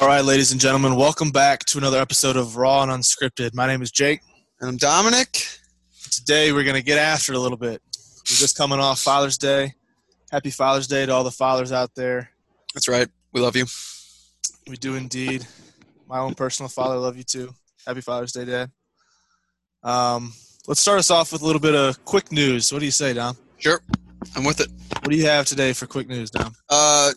All right, ladies and gentlemen, welcome back to another episode of Raw and Unscripted. My name is Jake. And I'm Dominic. Today we're going to get after it a little bit. We're just coming off Father's Day. Happy Father's Day to all the fathers out there. That's right. We love you. We do indeed. My own personal father, love you too. Happy Father's Day, Dad. Um, let's start us off with a little bit of quick news. What do you say, Dom? Sure. I'm with it. What do you have today for quick news, Dom? Uh,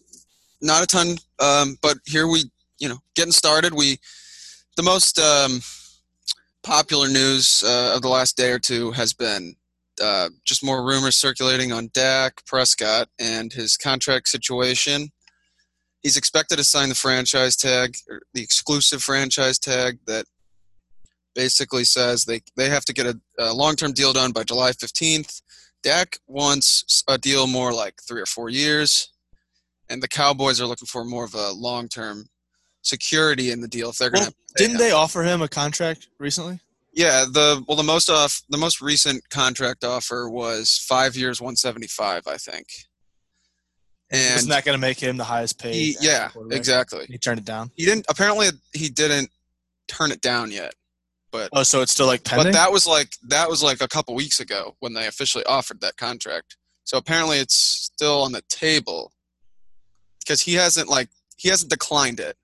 not a ton, um, but here we, you know, getting started. We, the most um, popular news uh, of the last day or two has been uh, just more rumors circulating on Dak Prescott and his contract situation. He's expected to sign the franchise tag, or the exclusive franchise tag that basically says they, they have to get a, a long term deal done by July 15th. Dak wants a deal more like three or four years, and the Cowboys are looking for more of a long term security in the deal if they're going Well, to. didn't they offer him a contract recently? Yeah, the well, the most off, the most recent contract offer was five years, one seventy five, I think. And Isn't that going to make him the highest paid? he, yeah, quarterback? exactly. He turned it down. He didn't. Apparently, he didn't turn it down yet. But Oh, so it's still like pending. but that was like that was like a couple weeks ago when they officially offered that contract. So apparently, it's still on the table because he hasn't like he hasn't declined it.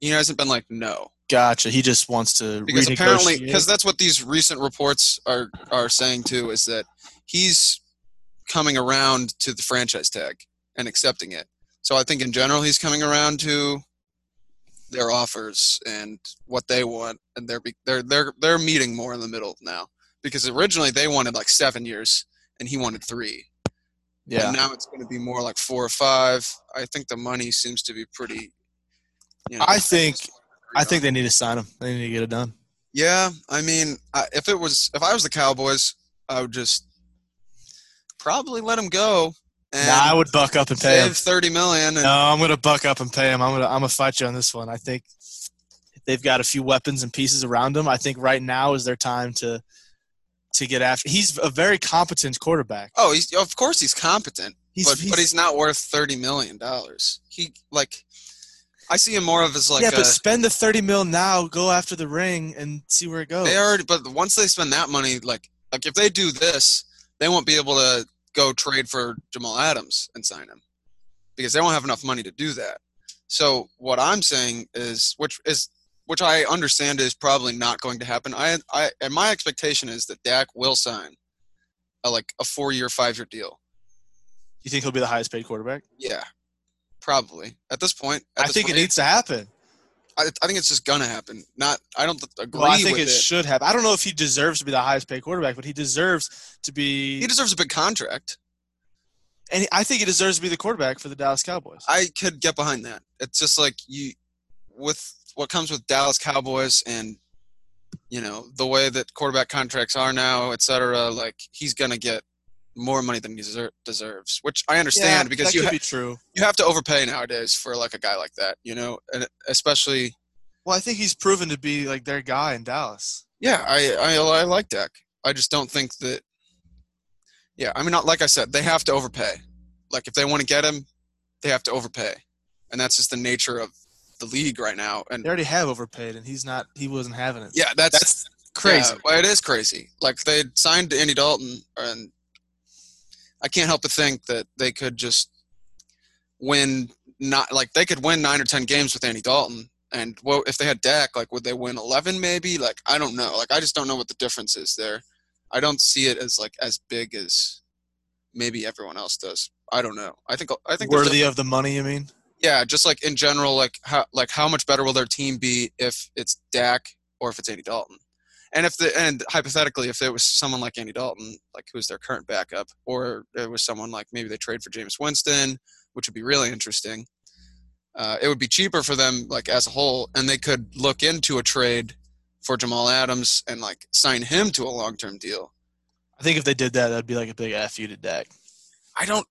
He hasn't been like no. Gotcha. He just wants to because apparently renegotiate. because that's what these recent reports are are saying too is that he's coming around to the franchise tag and accepting it so i think in general he's coming around to their offers and what they want and they're be- they're they're they're meeting more in the middle now because originally they wanted like 7 years and he wanted 3 yeah. and now it's going to be more like 4 or 5 i think the money seems to be pretty you know, I think I think they need to sign him. They need to get it done. Yeah, I mean, I- if it was if I was the Cowboys, I would just probably let him go and Nah, I would buck up and pay him. save thirty million. And, No, I'm gonna buck up and pay him. I'm gonna I'm gonna fight you on this one. I think they've got a few weapons and pieces around them. I think right now is their time to to get after. He's a very competent quarterback. Oh, he's of course he's competent, He's, but but he's not worth thirty million dollars. He like, I see him more of as like yeah, a, but spend the thirty mil now. Go after the ring and see where it goes. they already. But once they spend that money, like like if they do this, they won't be able to go trade for Jamal Adams and sign him because they won't have enough money to do that. So what I'm saying is, which is which I understand is probably not going to happen. I I and my expectation is that Dak will sign a, like a four year, five year deal. you think he'll be the highest paid quarterback? Yeah, probably at this point. at I this think it point, needs to happen. I, I think it's just gonna happen. Not I don't agree Well, I think with it, it. should happen. I don't know if he deserves to be the highest paid quarterback, but he deserves to be. he deserves a big contract. and I think he deserves to be the quarterback for the Dallas Cowboys. I could get behind that. It's just like you with what comes with Dallas Cowboys and you know the way that quarterback contracts are now, et cetera. Like he's gonna get more money than he deser- deserves, which I understand because that you could ha- be true. you have to overpay nowadays for like a guy like that, you know, and especially Well, I think he's proven to be like their guy in Dallas. yeah, I I, I like Dak. I just don't think that. Yeah, I mean, not like I said, they have to overpay. Like if they want to get him, they have to overpay, and that's just the nature of the league right now. And They already have overpaid, and he's not. He wasn't having it. Yeah, that's, that's crazy. yeah, well, it is crazy. Like they signed Andy Dalton, and I can't help but think that they could just win. Not like they could win nine or ten games with Andy Dalton, and well, if they had Dak, like would they win eleven? Maybe. Like I don't know. Like I just don't know what the difference is there. I don't see it as like as big as maybe everyone else does. I don't know. I think I think there's a- Worthy of the money. I mean, yeah, just like in general, like how like how much better will their team be if it's Dak or if it's Andy Dalton? And if the and hypothetically, if it was someone like Andy Dalton, like who's their current backup, or it was someone like maybe they trade for James Winston, which would be really interesting. Uh, it would be cheaper for them, like as a whole, and they could look into a trade for Jamal Adams and like sign him to a long-term deal. I think if they did that, that'd be like a big f you to Dak. I don't.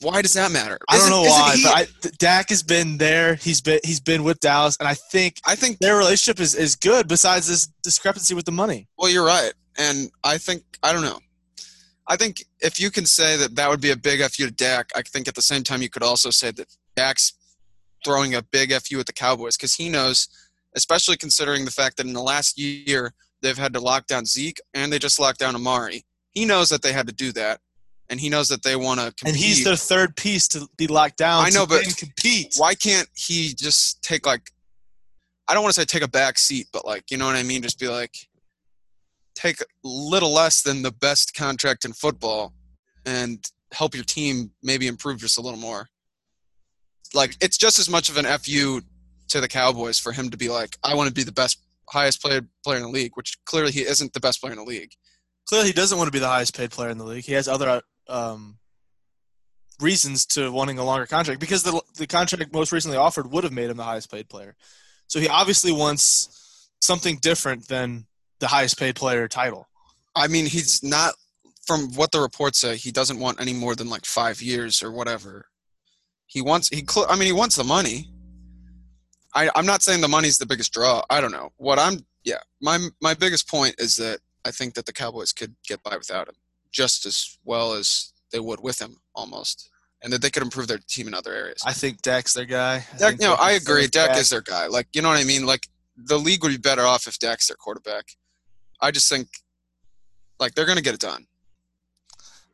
Why does that matter? I don't Isn't- know isn't why, he- but I, th- Dak has been there. He's been he's been with Dallas, and I think I think their relationship is is good. Besides this discrepancy with the money, Well, you're right, and I think I don't know. I think if you can say that that would be a big fu to Dak, I think at the same time you could also say that Dak's throwing a big fu at the Cowboys because he knows, especially considering the fact that in the last year they've had to lock down Zeke and they just locked down Amari. He knows that they had to do that, and he knows that they want to compete. And he's their third piece to be locked down. I know, to but- then compete. Why can't he just take like, I don't want to say take a back seat, but like you know what I mean? Just be like, take a little less than the best contract in football, and help your team maybe improve just a little more. Like it's just as much of an fu to the Cowboys for him to be like, I want to be the best, highest player player in the league, which clearly he isn't the best player in the league. Clearly, he doesn't want to be the highest paid player in the league. He has other um, reasons to wanting a longer contract because the the contract most recently offered would have made him the highest paid player. So he obviously wants something different than the highest paid player title. I mean, he's not from what the reports say. He doesn't want any more than like five years or whatever. He wants. He. Cl- I mean, he wants the money. I. I'm not saying the money's the biggest draw. I don't know. What I'm. Yeah. My. My biggest point is that I think that the Cowboys could get by without him just as well as they would with him, almost, and that they could improve their team in other areas. I think Dak's their guy. I Dak, think no, they I can agree. save Dak is their guy. Like, you know what I mean? Like, the league would be better off if Dak's their quarterback. I just think, like, they're going to get it done.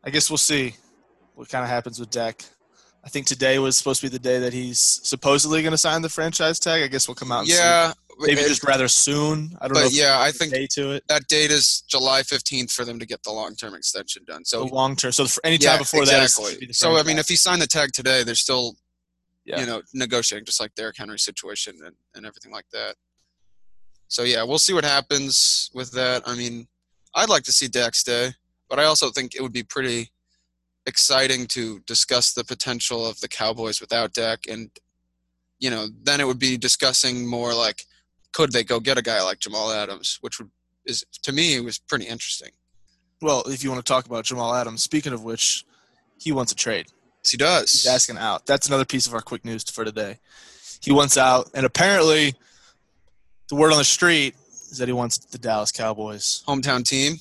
I guess we'll see what kind of happens with Dak. I think today was supposed to be the day that he's supposedly going to sign the franchise tag. I guess we'll come out and Yeah. see. Maybe it- just rather soon. I don't know. but if yeah, I there's a think day to it. that date is July 15th for them to get the long term extension done. The So, long term. So for any time yeah, before that, exactly. is, should be the so, I mean, franchise. if he signed the tag today, they're still, Yeah. you know, negotiating just like Derrick Henry's situation and, and everything like that. So, yeah, we'll see what happens with that. I mean, I'd like to see Dak stay, but I also think it would be pretty exciting to discuss the potential of the Cowboys without Dak. And, you know, then it would be discussing more like, could they go get a guy like Jamal Adams, which would, is to me was pretty interesting. well, if you want to talk about Jamal Adams, speaking of which, he wants a trade. He does. He's asking out. That's another piece of our quick news for today. He wants out, and apparently, the word on the street is that he wants the Dallas Cowboys. hometown team.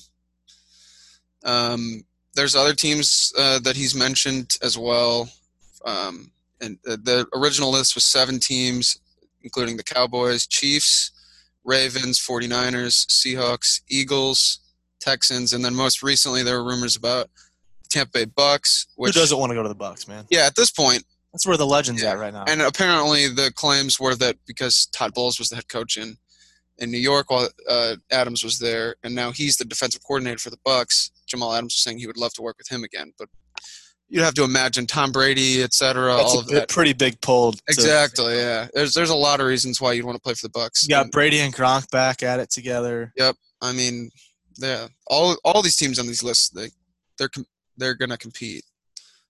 Um, there's other teams uh, that he's mentioned as well. Um, and uh, the original list was seven teams, including the Cowboys, Chiefs, Ravens, 49ers, Seahawks, Eagles, Texans, and then most recently there were rumors about Tampa Bay Bucks. Which, Who doesn't want to go to the Bucks, man? Yeah, at this point, That's where the legend's Yeah. at right now. and apparently, the claims were that because Todd Bowles was the head coach in in New York while uh, Adams was there, and now he's the defensive coordinator for the Bucks. Jamal Adams was saying he would love to work with him again, but you'd have to imagine Tom Brady, et cetera, That's all a of bit- that. pretty big pull. to- Exactly. Yeah. There's there's a lot of reasons why you'd want to play for the Bucks. You got And, Brady and Gronk back at it together. I mean, yeah. All all these teams on these lists, they they're com- they're gonna compete.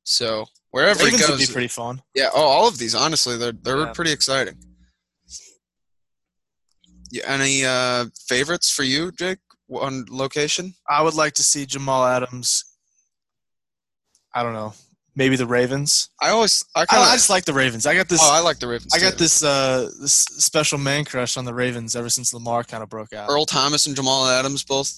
So wherever Ravens he would be goes, pretty fun. Yeah. Oh, all of these, honestly, they're they're Yeah. pretty exciting. Yeah, any uh, favorites for you, Jake, on location? I would like to see Jamal Adams. I don't know. Maybe the Ravens. I always, I I, kind of, I just like the Ravens. I got this. oh, I like the Ravens. I got too. this uh, this special man crush on the Ravens ever since Lamar kind of broke out. Earl Thomas and Jamal Adams both.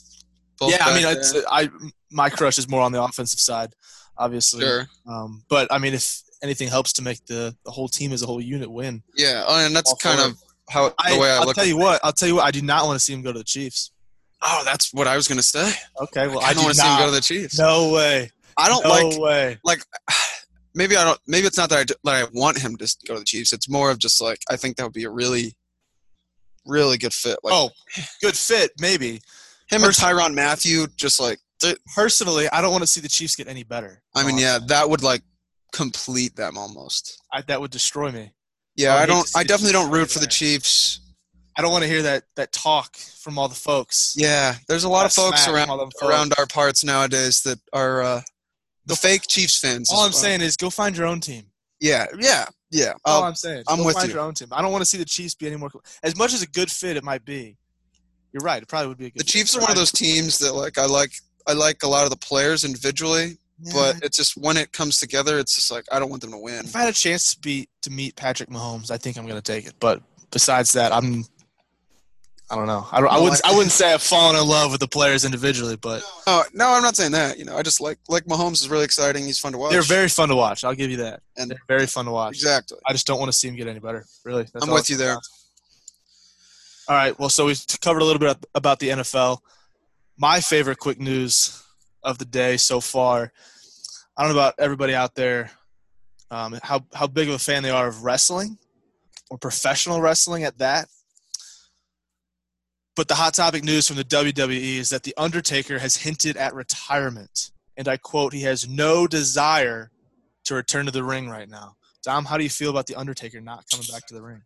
both yeah, I back mean, there. it's, I my crush is more on the offensive side, obviously. sure. Um, but I mean, if anything helps to make the, the whole team as a whole unit win, Yeah, oh, and that's All kind four. of how the I, way I will look. tell you what. I'll tell you what. I do not want to see him go to the Chiefs. oh, that's what I was gonna say. Okay, well, I I, don't do want to see him not. go to the Chiefs. no way. I don't no like way. like maybe I don't maybe it's not that I, d- that I want him to go to the Chiefs. It's more of just like I think that would be a really really good fit. Like oh, good fit maybe. him and Tyron Matthew just like Personally, I don't want to see the Chiefs get any better. I mean yeah, that would like complete them almost. I, that would destroy me. Yeah, I I hate don't to Oh, see I the definitely Chiefs don't root for the there. Chiefs. I don't want to hear that that talk from all the folks. Yeah, there's a lot of That folks smack around from all them folks. around our parts nowadays that are uh the fake Chiefs fans. All is I'm what- saying is go find your own team. Yeah, yeah, yeah. All I'll- I'm saying. Uh, I'm go with find you. your own team. I don't want to see the Chiefs be any more. As much as a good fit it might be, you're right. It probably would be a good. the fit, Chiefs are but one of I- those teams that like I like I like a lot of the players individually, Nah. but it's just when it comes together, it's just like I don't want them to win. if I had a chance to be to meet Patrick Mahomes, I think I'm going to take it. But besides that, I'm I don't know. I, don't, I wouldn't. I wouldn't say I've fallen in love with the players individually, but No, no, I'm not saying that. You know, I just like like Mahomes is really exciting. He's fun to watch. they're very fun to watch. I'll give you that. And- they're very fun to watch. exactly. I just don't want to see him get any better. Really, That's I'm all with you there. All right. Well, so we've covered a little bit about the NFL. My favorite quick news of the day so far. I don't know about everybody out there, um, how how big of a fan they are of wrestling or professional wrestling at that. But the hot topic news from the WWE is that the Undertaker has hinted at retirement, and I quote: "He has no desire to return to the ring right now." Dom, how do you feel about the Undertaker not coming back to the ring?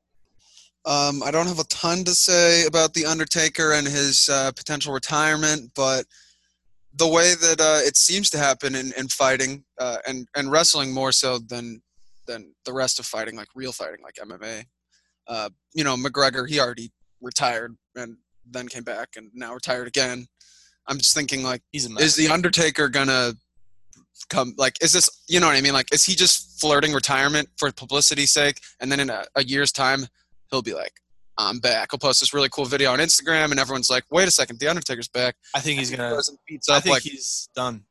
Um, I don't have a ton to say about the Undertaker and his uh, potential retirement, but the way that uh, it seems to happen in, in fighting uh, and and wrestling more so than than the rest of fighting, like real fighting, like MMA. Uh, you know, McGregor he already retired and then came back and now retired again. I'm just thinking like. He's a mess. is the Undertaker gonna come? Like, is this you know what I mean? Like, is he just flirting retirement for publicity's sake? And then in a, a year's time, he'll be like, "I'm back." He'll post this really cool video on Instagram, and everyone's like, "Wait a second, the Undertaker's back." I think he's He gonna. goes and beats I up think like he's done.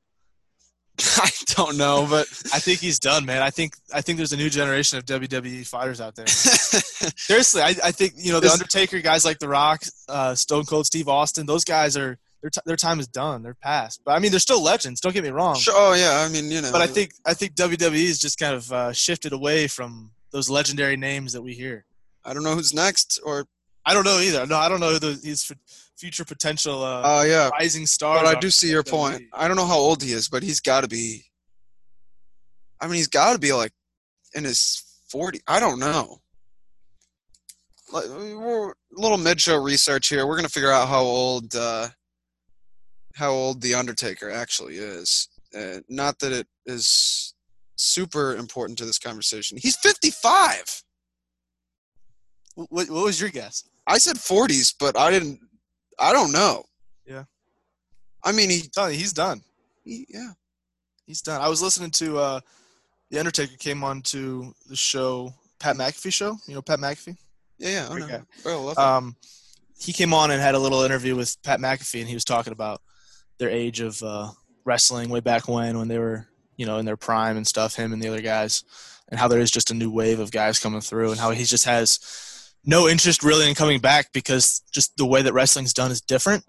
I don't know, but I think he's done, man. I think I think there's a new generation of WWE fighters out there. Seriously, I, I think you know the This- Undertaker guys like The Rock, uh, Stone Cold Steve Austin. Those guys are their t- their time is done. They're past. But I mean, they're still legends. Don't get me wrong. Sure, oh yeah, I mean you know. But I think I think WWE has just kind of uh, shifted away from those legendary names that we hear. I don't know who's next, or I don't know either. No, I don't know who the, his f- future potential uh, oh yeah. rising stars. But I are. do see your point. E. I don't know how old he is, but he's got to be. I mean, he's got to be like in his forty. I don't know. Like, we're, little mid-show research here. We're gonna figure out how old uh, how old the Undertaker actually is. Uh, not that it is super important to this conversation. He's fifty-five. Wh- What, what was your guess? I said forties, but I didn't. I don't know. Yeah. I mean, he, I'm telling you, he's done. he yeah. He's done. I was listening to uh, the Undertaker came on to the show Pat McAfee show. You know Pat McAfee. Yeah, yeah, I Great know. Oh, love Um, he came on and had a little interview with Pat McAfee, and he was talking about their age of uh, wrestling way back when, when they were you know in their prime and stuff. Him and the other guys, and how there is just a new wave of guys coming through, and how he just has no interest really in coming back because just the way that wrestling's done is different.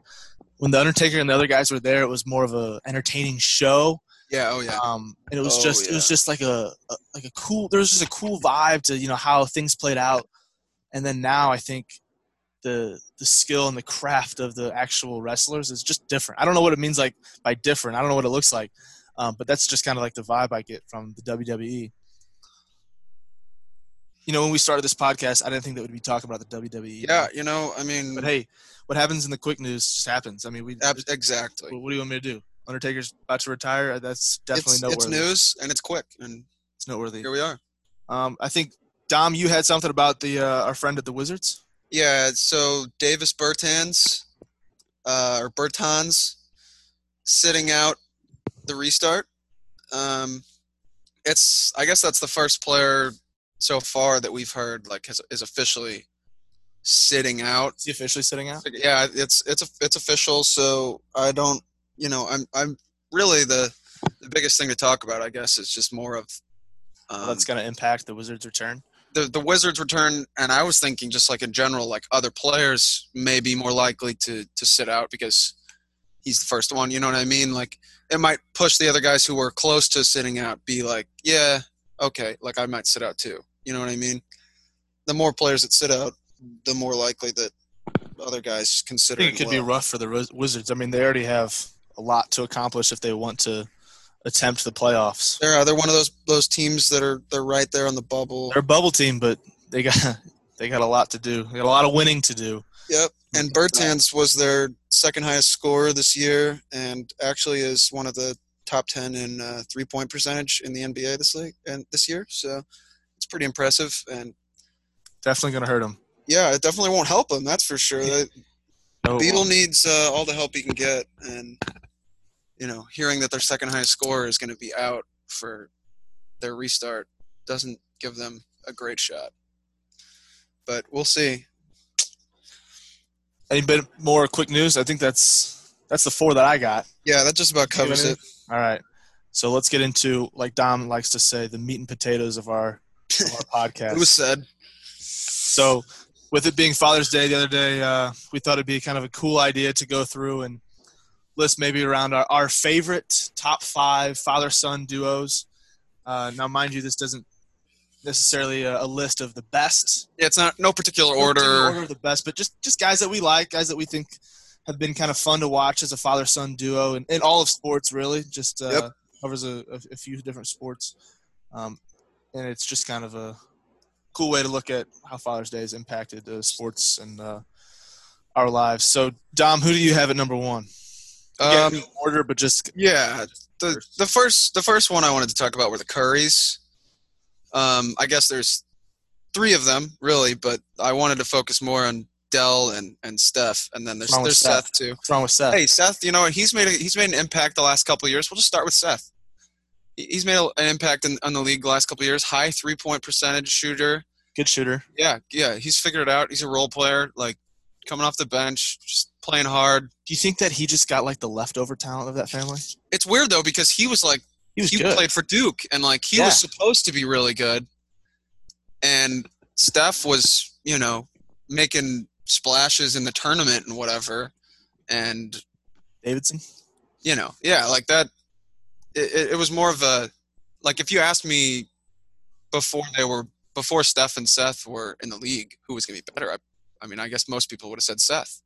When the Undertaker and the other guys were there, it was more of a entertaining show. Yeah, oh yeah. um, and it was Oh, just it was just like a, a like a cool there was just a cool vibe to you know how things played out and then now i think the the skill and the craft of the actual wrestlers is just different i don't know what it means like by different i don't know what it looks like um, but that's just kind of like the vibe i get from the wwe you know when we started this podcast i didn't think that we'd be talking about the wwe Yeah, you know, I mean, but hey what happens in the quick news just happens i mean we ab- exactly. what do you want me to do undertaker's about to retire that's definitely It's, noteworthy it's news and it's quick, and it's noteworthy here we are. Um, I think Dom, you had something about the uh, our friend at the Wizards. Yeah, so Davis Bertans, uh, or Bertans, sitting out the restart. Um, it's I guess that's the first player so far that we've heard like has, is officially sitting out. Is he officially sitting out? yeah it's it's it's official so i don't you know i'm i'm really the the biggest thing to talk about i guess is just more of um, That's going to impact the Wizards' return. the the wizards return and i was thinking just like in general like other players may be more likely to to sit out because he's the first one you know what i mean like it might push the other guys who were close to sitting out be like yeah okay like i might sit out too you know what i mean the more players that sit out the more likely that other guys I consider think it could be will. rough for the Wiz- Wizards. I mean, they already have a lot to accomplish if they want to attempt the playoffs. They're uh, they're one of those those teams that are they're right there on the bubble. They're a bubble team, but they got they got a lot to do. They got a lot of winning to do. Yep. And Bertans was their second highest scorer this year, and actually is one of the top ten in uh, three point percentage in the NBA this league and this year. So it's pretty impressive. And Definitely going to hurt them. yeah, it definitely won't help him. That's for sure. The No, it Beetle won't. needs uh, all the help he can get, and you know, hearing that their second highest scorer is going to be out for their restart doesn't give them a great shot. But we'll see. Any bit more quick news? I think that's that's the four that I got. Yeah, that just about covers it. All right. So let's get into, like Dom likes to say, the meat and potatoes of our, of our podcast. It was said. So, with it being Father's Day the other day, uh, we thought it'd be kind of a cool idea to go through and list maybe around our, our favorite top five father son duos. Uh, now, mind you, this doesn't necessarily a, a list of the best Yeah, it's not no particular order. order of the best, but just just guys that we like, guys that we think have been kind of fun to watch as a father son duo, and in all of sports really. Just uh, Yep. covers a, a, a few different sports, um, and it's just kind of a cool way to look at how Father's Day has impacted uh, sports and uh, our lives. So, Dom, who do you have at number one? Again, Um, no order, but just yeah, the the first the first one I wanted to talk about were the Curries. Um, I guess there's three of them really, but I wanted to focus more on Dell and and Steph, and then there's Wrong with there's Steph. Seth. too. what's wrong with Seth? Hey, Seth, you know what? he's made a, he's made an impact the last couple of years. We'll just start with Seth. He- He's made a- an impact in, on the league the last couple of years. High three point percentage shooter. Good shooter. Yeah, yeah, he's figured it out. He's a role player, like coming off the bench, just playing hard. Do you think that he just got like the leftover talent of that family? It's weird though because he was like. He was he good. played for Duke, and like he Yeah. was supposed to be really good. And Steph was, you know, making splashes in the tournament and whatever. And Davidson. you know, yeah, like that. It, it, it was more of a like if you asked me before they were before Steph and Seth were in the league, who was going to be better? I, I mean, I guess most people would have said Seth.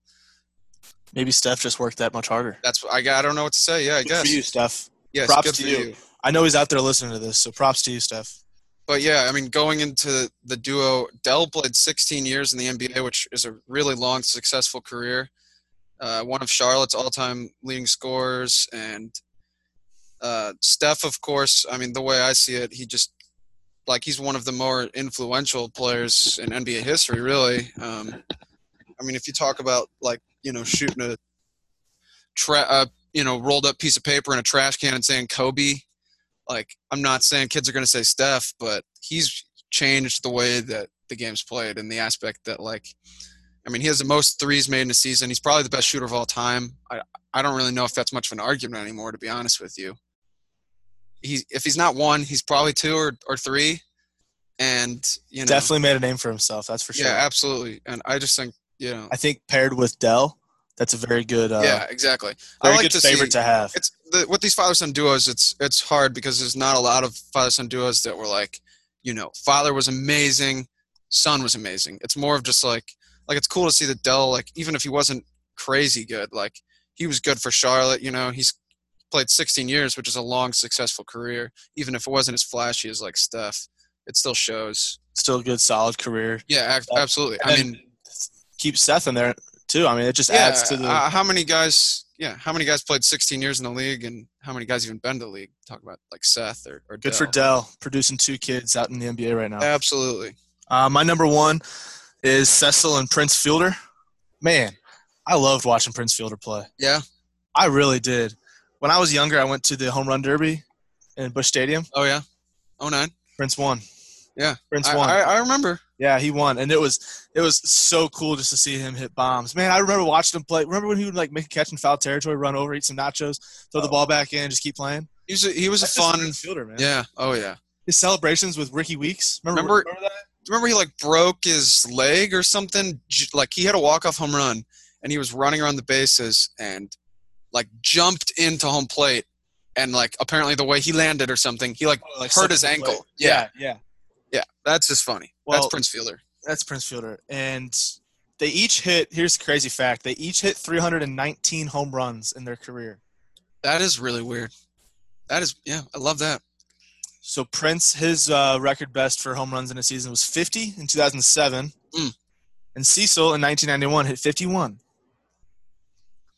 Maybe Steph just worked that much harder. That's what I got. I don't know what to say. Yeah, I Good guess. for you, Steph. Yes, Props good to for you. I know he's out there listening to this, so props to you, Steph. But yeah, I mean, going into the duo, Dell played 16 years in the NBA, which is a really long, successful career. Uh, one of Charlotte's all-time leading scorers, and uh, Steph, of course. I mean, the way I see it, he just like he's one of the more influential players in NBA history, really. Um, I mean, if you talk about like you know shooting a tra- uh, you know rolled up piece of paper in a trash can and saying Kobe, like I'm not saying kids are going to say Steph, but he's changed the way that the game's played and the aspect that like I mean, he has the most threes made in a season. He's probably the best shooter of all time. I I don't really know if that's much of an argument anymore to be honest with you. He's if he's not one, he's probably two or or three. And you know Definitely made a name for himself, that's for sure. Yeah, absolutely. And I just think, you know, I think paired with Dell, that's a very good, uh, yeah, exactly. I very like good to favorite see- to have. it's the, with these father son duos. It's it's hard because there's not a lot of father son duos that were like, you know, father was amazing, son was amazing. It's more of just like like it's cool to see that Dell like even if he wasn't crazy good, like he was good for Charlotte. You know, he's played 16 years, which is a long successful career. Even if it wasn't as flashy as like Steph, it still shows. Still a good, solid career. Yeah, ac- absolutely. I And mean, Keep Seth in there too. I mean, it just adds to the. uh, how many guys? Yeah, how many guys played 16 years in the league, and how many guys even been to the league? Talk about like Seth or, or good for Dell. Dell, producing two kids out in the NBA right now. Absolutely. Uh, my number one is Cecil and Prince Fielder. Man, I loved watching Prince Fielder play. Yeah. I really did. When I was younger, I went to the home run derby in Bush Stadium. Oh yeah. Oh nine. Prince won. Yeah. Prince I, won. I, I remember. yeah, he won, and it was it was so cool just to see him hit bombs. Man, I remember watching him play. Remember when he would like make a catch in foul territory, run over, eat some nachos, throw the ball back in, just keep playing. He was a, he Oh. was a That's just fun. Prince Fielder, man. Yeah. Oh yeah. His celebrations with Ricky Weeks. Remember, Remember- remember that? Remember he like broke his leg or something. J- Like he had a walk off home run, and he was running around the bases and like jumped into home plate, and like apparently the way he landed or something, he like Oh, Like, hurt his something like- ankle. Yeah. yeah, yeah. That's just funny. Well- That's Prince Fielder. That's Prince Fielder. And they each hit, here's the crazy fact they each hit 319 home runs in their career. That is really weird. That is yeah. I love that. So Prince, his uh, record best for home runs in a season was 50 in 2007. Mm. And Cecil in 1991 hit 51.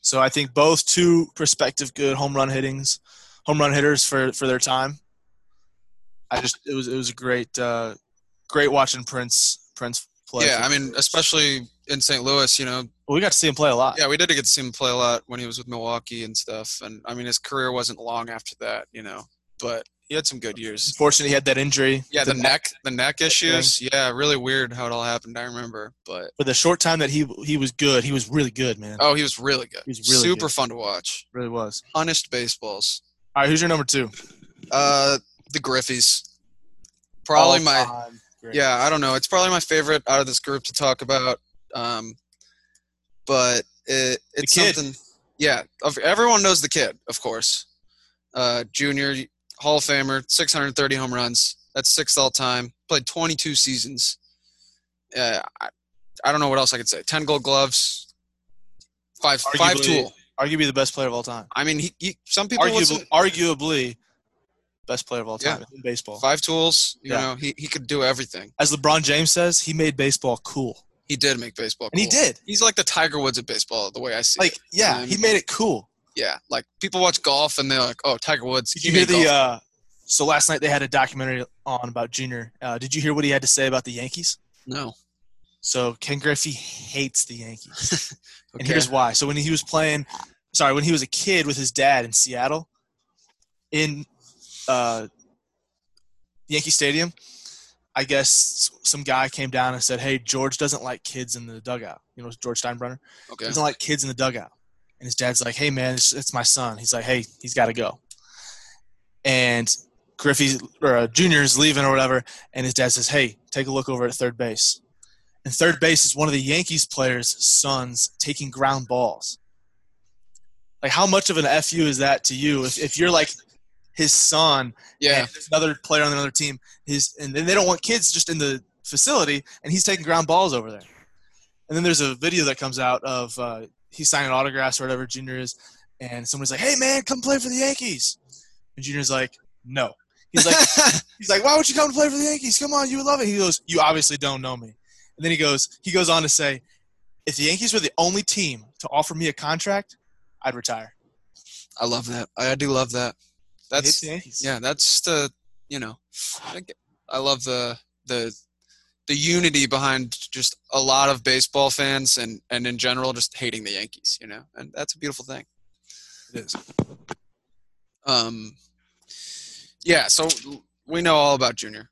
So I think both two prospective good home run hittings, home run hitters for, for their time. I just it was it was a great uh, great watching Prince Prince play. yeah. I mean, especially in St. Louis, you know, well, we got to see him play a lot. Yeah, we did get to see him play a lot when he was with Milwaukee and stuff. And I mean, his career wasn't long after that, you know. But he had some good years. Unfortunately, he had that injury. Yeah, with the, neck, the neck issues. Yeah, really weird how it all happened. I remember, but For the short time that he he was good, he was really good, man. oh, he was really good. He was really super good. fun to watch. Really was. Honest baseballs. All right, who's your number two? Uh, the Griffies. Probably All my time great. yeah. I don't know. It's probably my favorite out of this group to talk about. Um, but it it's kid. something. Yeah, of, everyone knows the kid, of course. Uh, junior Hall of Famer, 630 home runs. That's sixth all time. Played 22 seasons. Uh, I, I don't know what else I could say. 10 Gold Gloves. Five five Arguably- tool. arguably the best player of all time. I mean, he, he, some people would say- Arguably, arguably, best player of all time in baseball. five tools. You Yeah. know, he, he could do everything. As LeBron James says, he made baseball cool, He did make baseball. and he cool. did. He's like the Tiger Woods of baseball, the way I see Like, it. yeah, he made it cool. Yeah, like people watch golf and they're like, "Oh, Tiger Woods." Did he you hear made the? golf. Uh, so last night they had a documentary on about Junior. Uh, did you hear what he had to say about the Yankees? no? So Ken Griffey hates the Yankees, and Okay. here's why. So when he was playing, sorry, when he was a kid with his dad in Seattle, in uh, Yankee Stadium, I guess some guy came down and said, "Hey, George doesn't like kids in the dugout." You know, George Steinbrenner. He okay. doesn't like kids in the dugout. And his dad's like, hey, man, it's, it's my son. He's like, hey, he's got to go. And Griffey or uh, Jr. is leaving or whatever. And his dad says, hey, take a look over at third base. And third base is one of the Yankees players' sons taking ground balls. Like, how much of an FU is that to you if, if you're like his son Yeah, and there's another player on another team. His and then they don't want kids just in the facility, and he's taking ground balls over there. And then there's a video that comes out of uh, he's signing autographs or whatever Junior is, and somebody's like, "Hey man, come play for the Yankees," and Junior's like, "No." He's like, he's like, "Why would you come to play for the Yankees? Come on, you would love it." He goes, "You obviously don't know me." And then he goes, he goes on to say, "If the Yankees were the only team to offer me a contract, I'd retire." I love that. I, I do love that. He hates That's the Yankees. yeah. That's the you know, I, g- I love the the the unity behind just a lot of baseball fans and and in general just hating the Yankees. You know, and that's a beautiful thing. It is. Um, yeah, so we know all about Junior,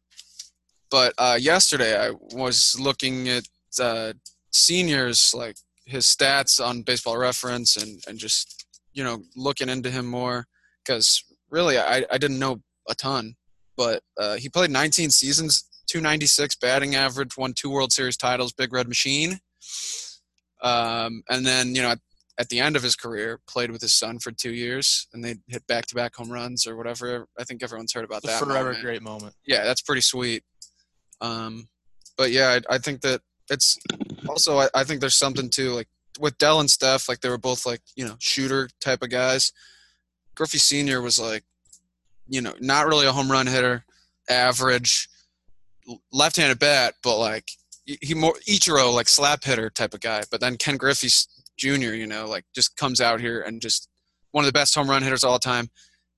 but uh, yesterday I was looking at uh, seniors, like his stats on Baseball Reference, and and just you know looking into him more because really I I didn't know a ton, but uh, he played 19 seasons, 296 batting average, won two World Series titles, Big Red Machine, um, and then you know at the end of his career played with his son for two years and they hit back to back home runs or whatever. I think everyone's heard about It's that. a forever moment. great moment. Yeah, that's pretty sweet. Um, but yeah, I, I think that it's also I, I think there's something too like with Dell and Steph, like they were both like you know shooter type of guys. Griffey Senior was like, you know, not really a home run hitter, average, l- left-handed bat, but like he- he more Ichiro like slap hitter type of guy. But then Ken Griffey Jr. You know, like just comes out here and just one of the best home run hitters of all time.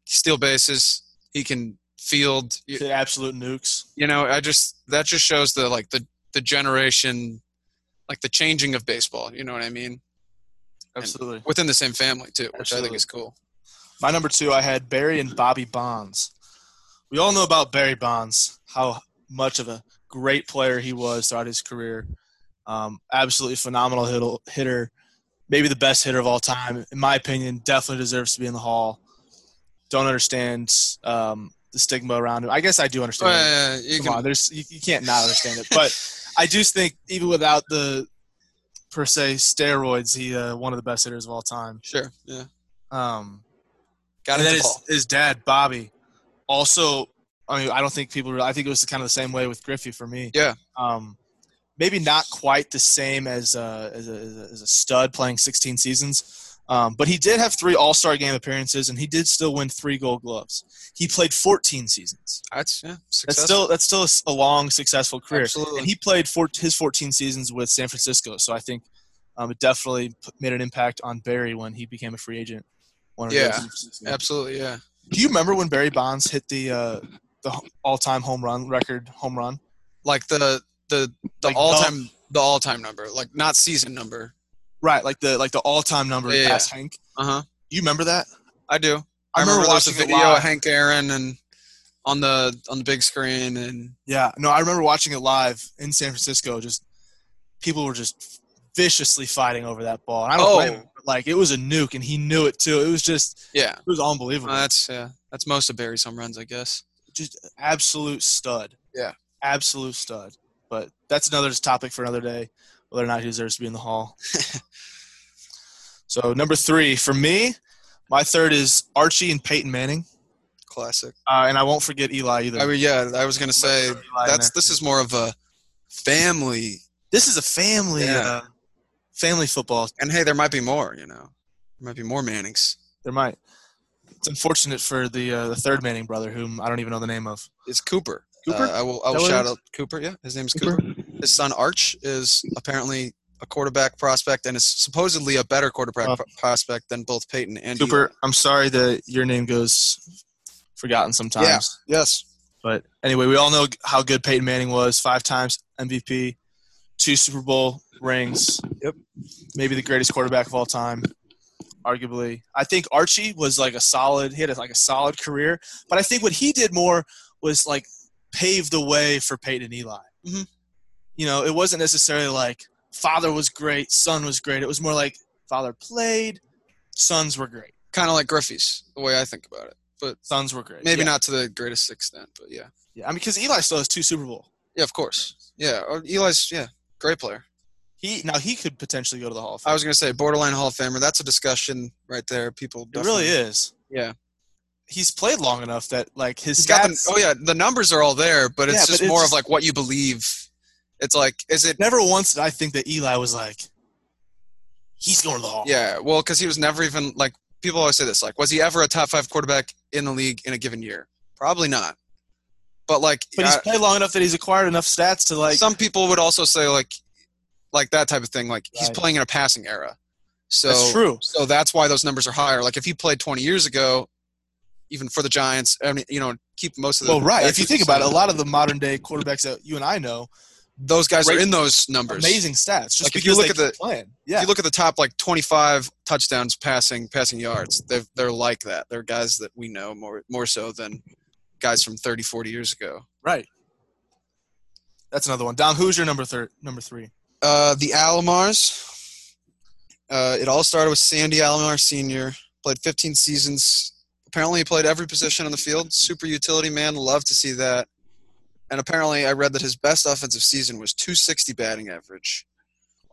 Steal bases, he can field. You- The absolute nukes. you know i just that just shows the like the the generation like the changing of baseball you know what i mean Absolutely. within the same family too which i think Absolutely. is cool My number two, I had Barry and Bobby Bonds. We all know about Barry Bonds, how much of a great player he was throughout his career. Um, absolutely phenomenal hit- hitter, maybe the best hitter of all time. In my opinion, definitely deserves to be in the Hall. Don't understand um, the stigma around him. I guess I do understand. it. Uh, you Come on, can, there's you, you can't not understand it. But I do think even without the per se steroids, he uh, one of the best hitters of all time. sure yeah Um, got and it then his, his dad, Bobby, also. I mean, I don't think people. I think it was kind of the same way with Griffey for me. Yeah. Um, maybe not quite the same as a, as a, as a, as a stud playing 16 seasons, um, but he did have three All Star game appearances, and he did still win three Gold Gloves. He played 14 seasons. that's yeah That's successful. still that's still a s- a long successful career. Absolutely. And he played for his 14 seasons with San Francisco, so I think um, it definitely p- made an impact on Barry when he became a free agent. One of the Yeah. San Francisco. absolutely yeah Do you remember when Barry Bonds hit the uh, the all-time home run record home run? like the the the Like all-time the all-time number like not season number Right, like the like the all-time number Yeah, yeah. past Hank. uh-huh You remember that? i do I remember there was a watching it video of live. hank aaron and on the on the big screen and Yeah, no, I remember watching it live in San Francisco. Just people were just viciously fighting over that ball. And I don't Oh. blame him. but, Like it was a nuke, and he knew it too. It was just yeah. it was unbelievable. Uh, that's yeah. That's most of Barry's home runs, I guess. just absolute stud. Yeah. absolute stud. But that's another topic for another day. Whether or not he deserves to be in the hall. so number three for me, my third is Archie and Peyton Manning, Classic. uh, and I won't forget Eli either. I mean, yeah, I was gonna say Eli in that's there. this is more of a family, this is a family Yeah. uh, family football. and hey, there might be more. You know, there might be more Mannings. There might. It's unfortunate for the uh, the third Manning brother, whom I don't even know the name of. It's Cooper. Cooper? Uh, I will. I That what will it shout is? out Cooper. Yeah, his name's Cooper. His son Arch is apparently a quarterback prospect and is supposedly a better quarterback Oh. pro- prospect than both Peyton and Eli. Cooper, I'm sorry that your name goes forgotten sometimes. Yeah. Yes. But anyway, we all know how good Peyton Manning was. Five times MVP, two Super Bowl rings. Yep. Maybe the greatest quarterback of all time, arguably. I think Archie was like a solid. He had like a solid career, but I think what he did more was like pave the way for Peyton and Eli. Mhm. You know, it wasn't necessarily like father was great, son was great. It was more like father played, sons were great. Kind of like Griffey's, the way I think about it. Sons were great. Maybe Yeah. not to the greatest extent, but yeah. Yeah, I mean, because Eli still has two Super Bowl. Yeah, of course. Yeah, or Eli's yeah, great player. He now he could potentially go to the Hall of Fame. I was gonna say borderline Hall of Famer. That's a discussion right there. People. It really is. Yeah. He's played long enough that like his He's got the, stats oh yeah, the numbers are all there, but it's Yeah, just but it's more just- of like what you believe. It's like, is it? never once did I think that Eli was like he's going to the Hall. Yeah, well, because he was never even like people always say this. Like, was he ever a top five quarterback in the league in a given year? Probably not. But like, But he's I- played long enough that he's acquired enough stats to like some people would also say like, like that type of thing. Like he's Right. playing in a passing era. So that's true. So that's why those numbers are higher. Like if he played 20 years ago, even for the Giants, I mean, you know, keep most of the. Well, right. If you think about it, a so lot of the modern day quarterbacks that you and I know, those guys are great- in those numbers. amazing stats. Just Like, because if you they look at keep playing. If Yeah. you look at the top like 25 touchdowns, passing, passing yards, they're they're like that. They're guys that we know more more so than guys from 30, 40 years ago. right. That's another one. Dom, who's your number third number three? Uh, the Alomars. Uh, it all started with Sandy Alomar Sr. Played 15 seasons. Apparently, he played every position on the field. Super utility man. Love to see that. And apparently, I read that his best offensive season was 260 batting average.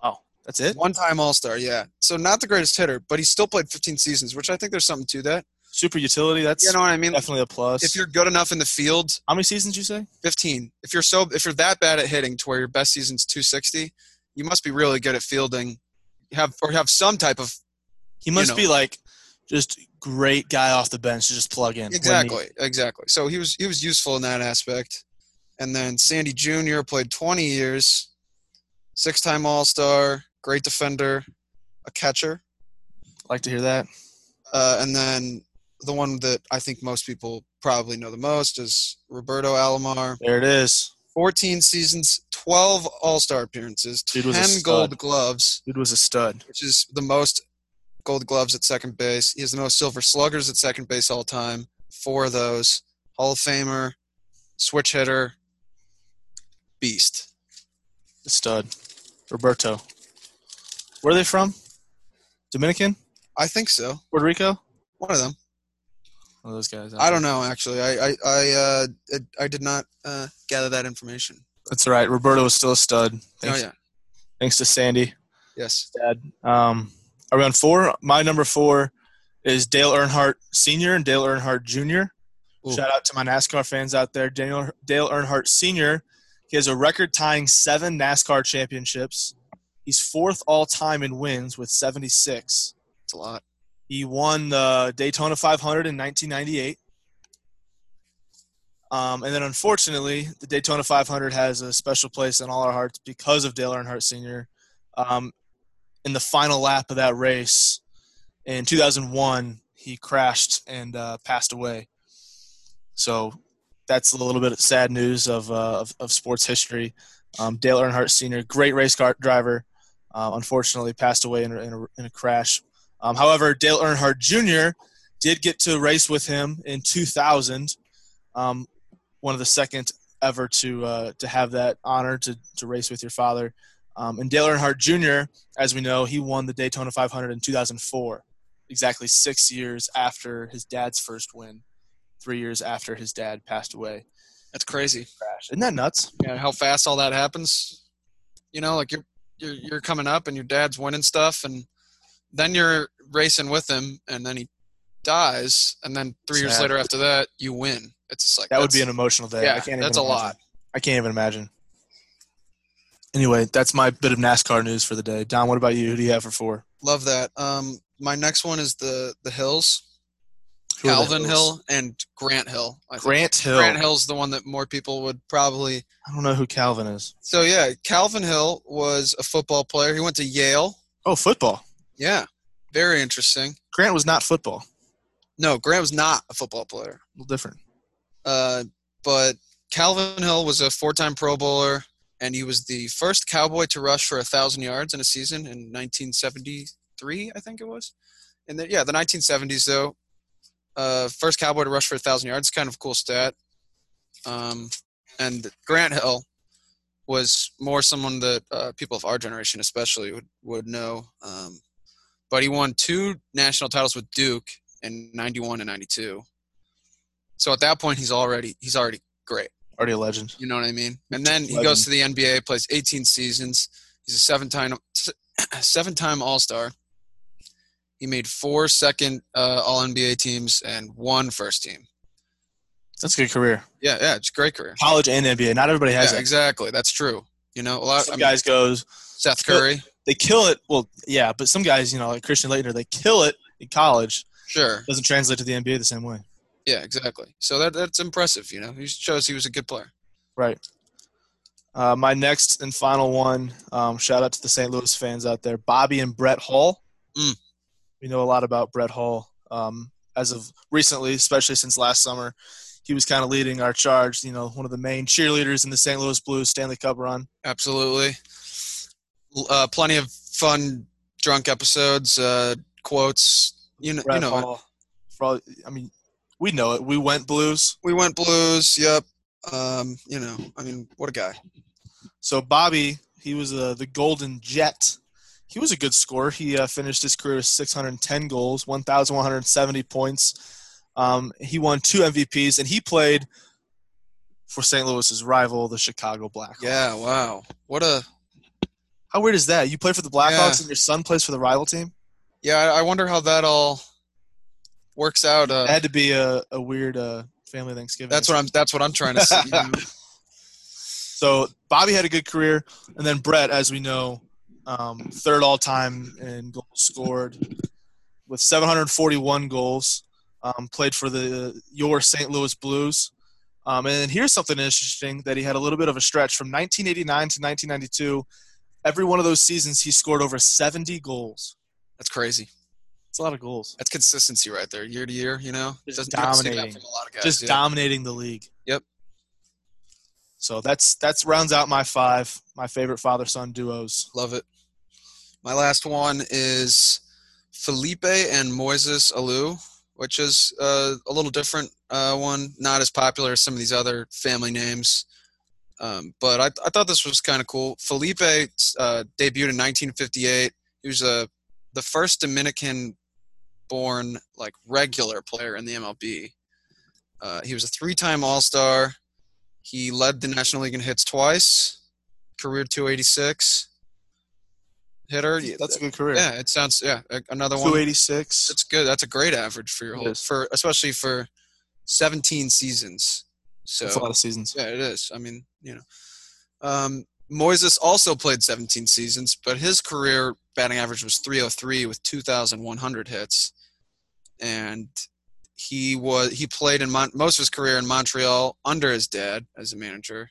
Wow. That's it? One time All Star, yeah. So, not the greatest hitter, but he still played 15 seasons, which I think there's something to that. Super utility, that's You know what I mean? definitely a plus. If you're good enough in the field, How many seasons did you say? 15. If you're so if you're that bad at hitting to where your best season's 260, you must be really good at fielding. Have or have some type of He must know. be like just great guy off the bench to just plug in. when Exactly, exactly. So he was he was useful in that aspect. And then Sandy Jr. played 20 years, six-time All-Star, great defender, a catcher, need- like to hear that. uh, and then the one that I think most people probably know the most is Roberto Alomar. There it is. 14 seasons, 12 All-Star appearances, Dude 10 was a stud. Gold Gloves, Dude was a stud. which is the most gold gloves at second base. He has the most silver sluggers at second base all time. Four of those. Hall of Famer, switch hitter, beast. A stud. Roberto. Where are they from? Dominican? I think so. Puerto Rico? One of them. One of those guys. I don't know actually. I I I uh, I did not uh, gather that information. That's all right. Roberto is still a stud. Thanks, Oh yeah. thanks to Sandy. Yes. Dad. Um, are we on four? My number four is Dale Earnhardt Sr. and Dale Earnhardt Jr. Ooh. Shout out to my NASCAR fans out there. Daniel Dale Earnhardt Sr. He has a record tying seven NASCAR championships. He's fourth all time in wins with 76. It's a lot. He won the Daytona 500 in 1998. Um, and then, unfortunately, the Daytona 500 has a special place in all our hearts because of Dale Earnhardt Sr. Um, in the final lap of that race in 2001, he crashed and uh, passed away. So that's a little bit of sad news of, uh, of, of sports history. Um, Dale Earnhardt Sr., great race car driver, uh, unfortunately passed away in a, in a, in a crash um, however, Dale Earnhardt Jr. did get to race with him in 2000. Um, one of the second ever to uh, to have that honor to to race with your father. Um, and Dale Earnhardt Jr., as we know, he won the Daytona 500 in 2004, exactly six years after his dad's first win, three years after his dad passed away. That's crazy. Crash. Isn't that nuts? Yeah, how fast all that happens. You know, like you're you're you're coming up and your dad's winning stuff, and then you're racing with him, and then he dies, and then three years Sad. later after that, you win. It's just like That would that's- be an emotional day. yeah, I can't that's a even imagine. lot. I can't even imagine. Anyway, that's my bit of NASCAR news for the day. Don, what about you? Who do you have for four? Love that. Um, my next one is the the hills, Who are the Calvin Hills? Hill and Grant Hill. I think. Grant Hill. Grant Hill's the one that more people would probably I don't know who Calvin is. So yeah, Calvin Hill was a football player. He went to Yale. Oh, football. Yeah, very interesting. Grant was not football. No, Grant was not a football player, A little different. uh, but Calvin Hill was a four-time Pro Bowler, and he was the first Cowboy to rush for a thousand yards in a season in 1973, I think it was. And the, yeah, the 1970s though, uh, first Cowboy to rush for a thousand yards, kind of a cool stat. Um, and Grant Hill was more someone that uh, people of our generation especially would, would know. Um, but he won two national titles with Duke in 91 and 92. So at that point, he's already he's already great. Already a legend. You know what I mean? And then he Legend. goes to the NBA, plays 18 seasons. He's a seven-time seven-time All-Star. He made four second uh, All NBA teams and one first team. That's a good career. Yeah, yeah, it's a great career. College and NBA. Not everybody has Yeah, that. exactly. That's true. You know, a lot. I Some mean, guys goes Seth Curry. they kill it. Well, yeah, but some guys, you know, like Christian Leitner, they kill it in college. Sure. Doesn't translate to the NBA the same way. Yeah, exactly. So that that's impressive. You know, he shows he was a good player. Right. Uh, my next and final one. Um, shout out to the St. Louis fans out there, Bobby and Brett Hall. Mm. We know a lot about Brett Hall um, as of recently, especially since last summer. He was kind of leading our charge. You know, one of the main cheerleaders in the St. Louis Blues Stanley Cup run. Absolutely. L- Uh, plenty of fun drunk episodes, uh, quotes. You know, Brett you know. it. Hall. For all, I mean, we know it. We went Blues. We went blues. Yep. Um, you know, I mean, what a guy. So Bobby, he was uh, the Golden Jet. He was a good scorer. He uh, finished his career with 610 goals, 1,170 points. Um, he won two MVPs, and he played for St. Louis's rival, the Chicago Blackhawks. Yeah. Wow. What a. How weird is that? You play for the Blackhawks, and your son plays for the rival team. Yeah. I, I wonder how that all works out. It Uh, had to be a, a weird uh, family Thanksgiving. that's what I'm. That's what I'm trying to see. you know. So Bobby had a good career, and then Brett, as we know, um, third all time in goals scored with 741 goals. Um, played for the your St. Louis Blues, um, and here's something interesting that he had a little bit of a stretch from 1989 to 1992. Every one of those seasons, he scored over 70 goals. That's crazy. It's a lot of goals. That's consistency right there, year to year. You know, Just Doesn't- you don't see that dominating. from a lot of guys, Just yeah. dominating the league. Yep. So that's that's rounds out my five, my favorite father son duos. Love it. My last one is Felipe and Moises Alou, which is uh, a little different uh, one, not as popular as some of these other family names. Um, but I, I thought this was kind of cool. Felipe uh, debuted in 1958. He was uh, the first Dominican-born, like regular player in the MLB. Uh, he was a three-time All-Star. He led the National League in hits twice. Career 286 hitter. Yeah, That's a good career. yeah, it sounds yeah a- another one. 286. That's good. That's a great average for your It whole is. for especially for 17 seasons. So That's a lot of seasons. yeah, it is. I mean, you know, um, Moises also played 17 seasons, but his career batting average was 303 with 2,100 hits, and he was he played in Mon- most of his career in Montreal under his dad as a manager,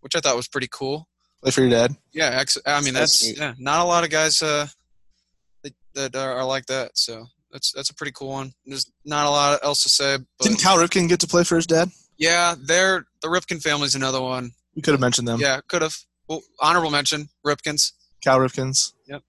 which I thought was pretty cool. Play for your dad. Yeah, ex- I mean That's that's, neat. yeah, not a lot of guys uh, that that are, are like that. So that's that's a pretty cool one. There's not a lot else to say. But Didn't Cal Ripken get to play for his dad? yeah, they're the Ripken family's another one. We could have mentioned them. Yeah, could have. Well, honorable mention Ripkins. Cal Ripkins. Yep.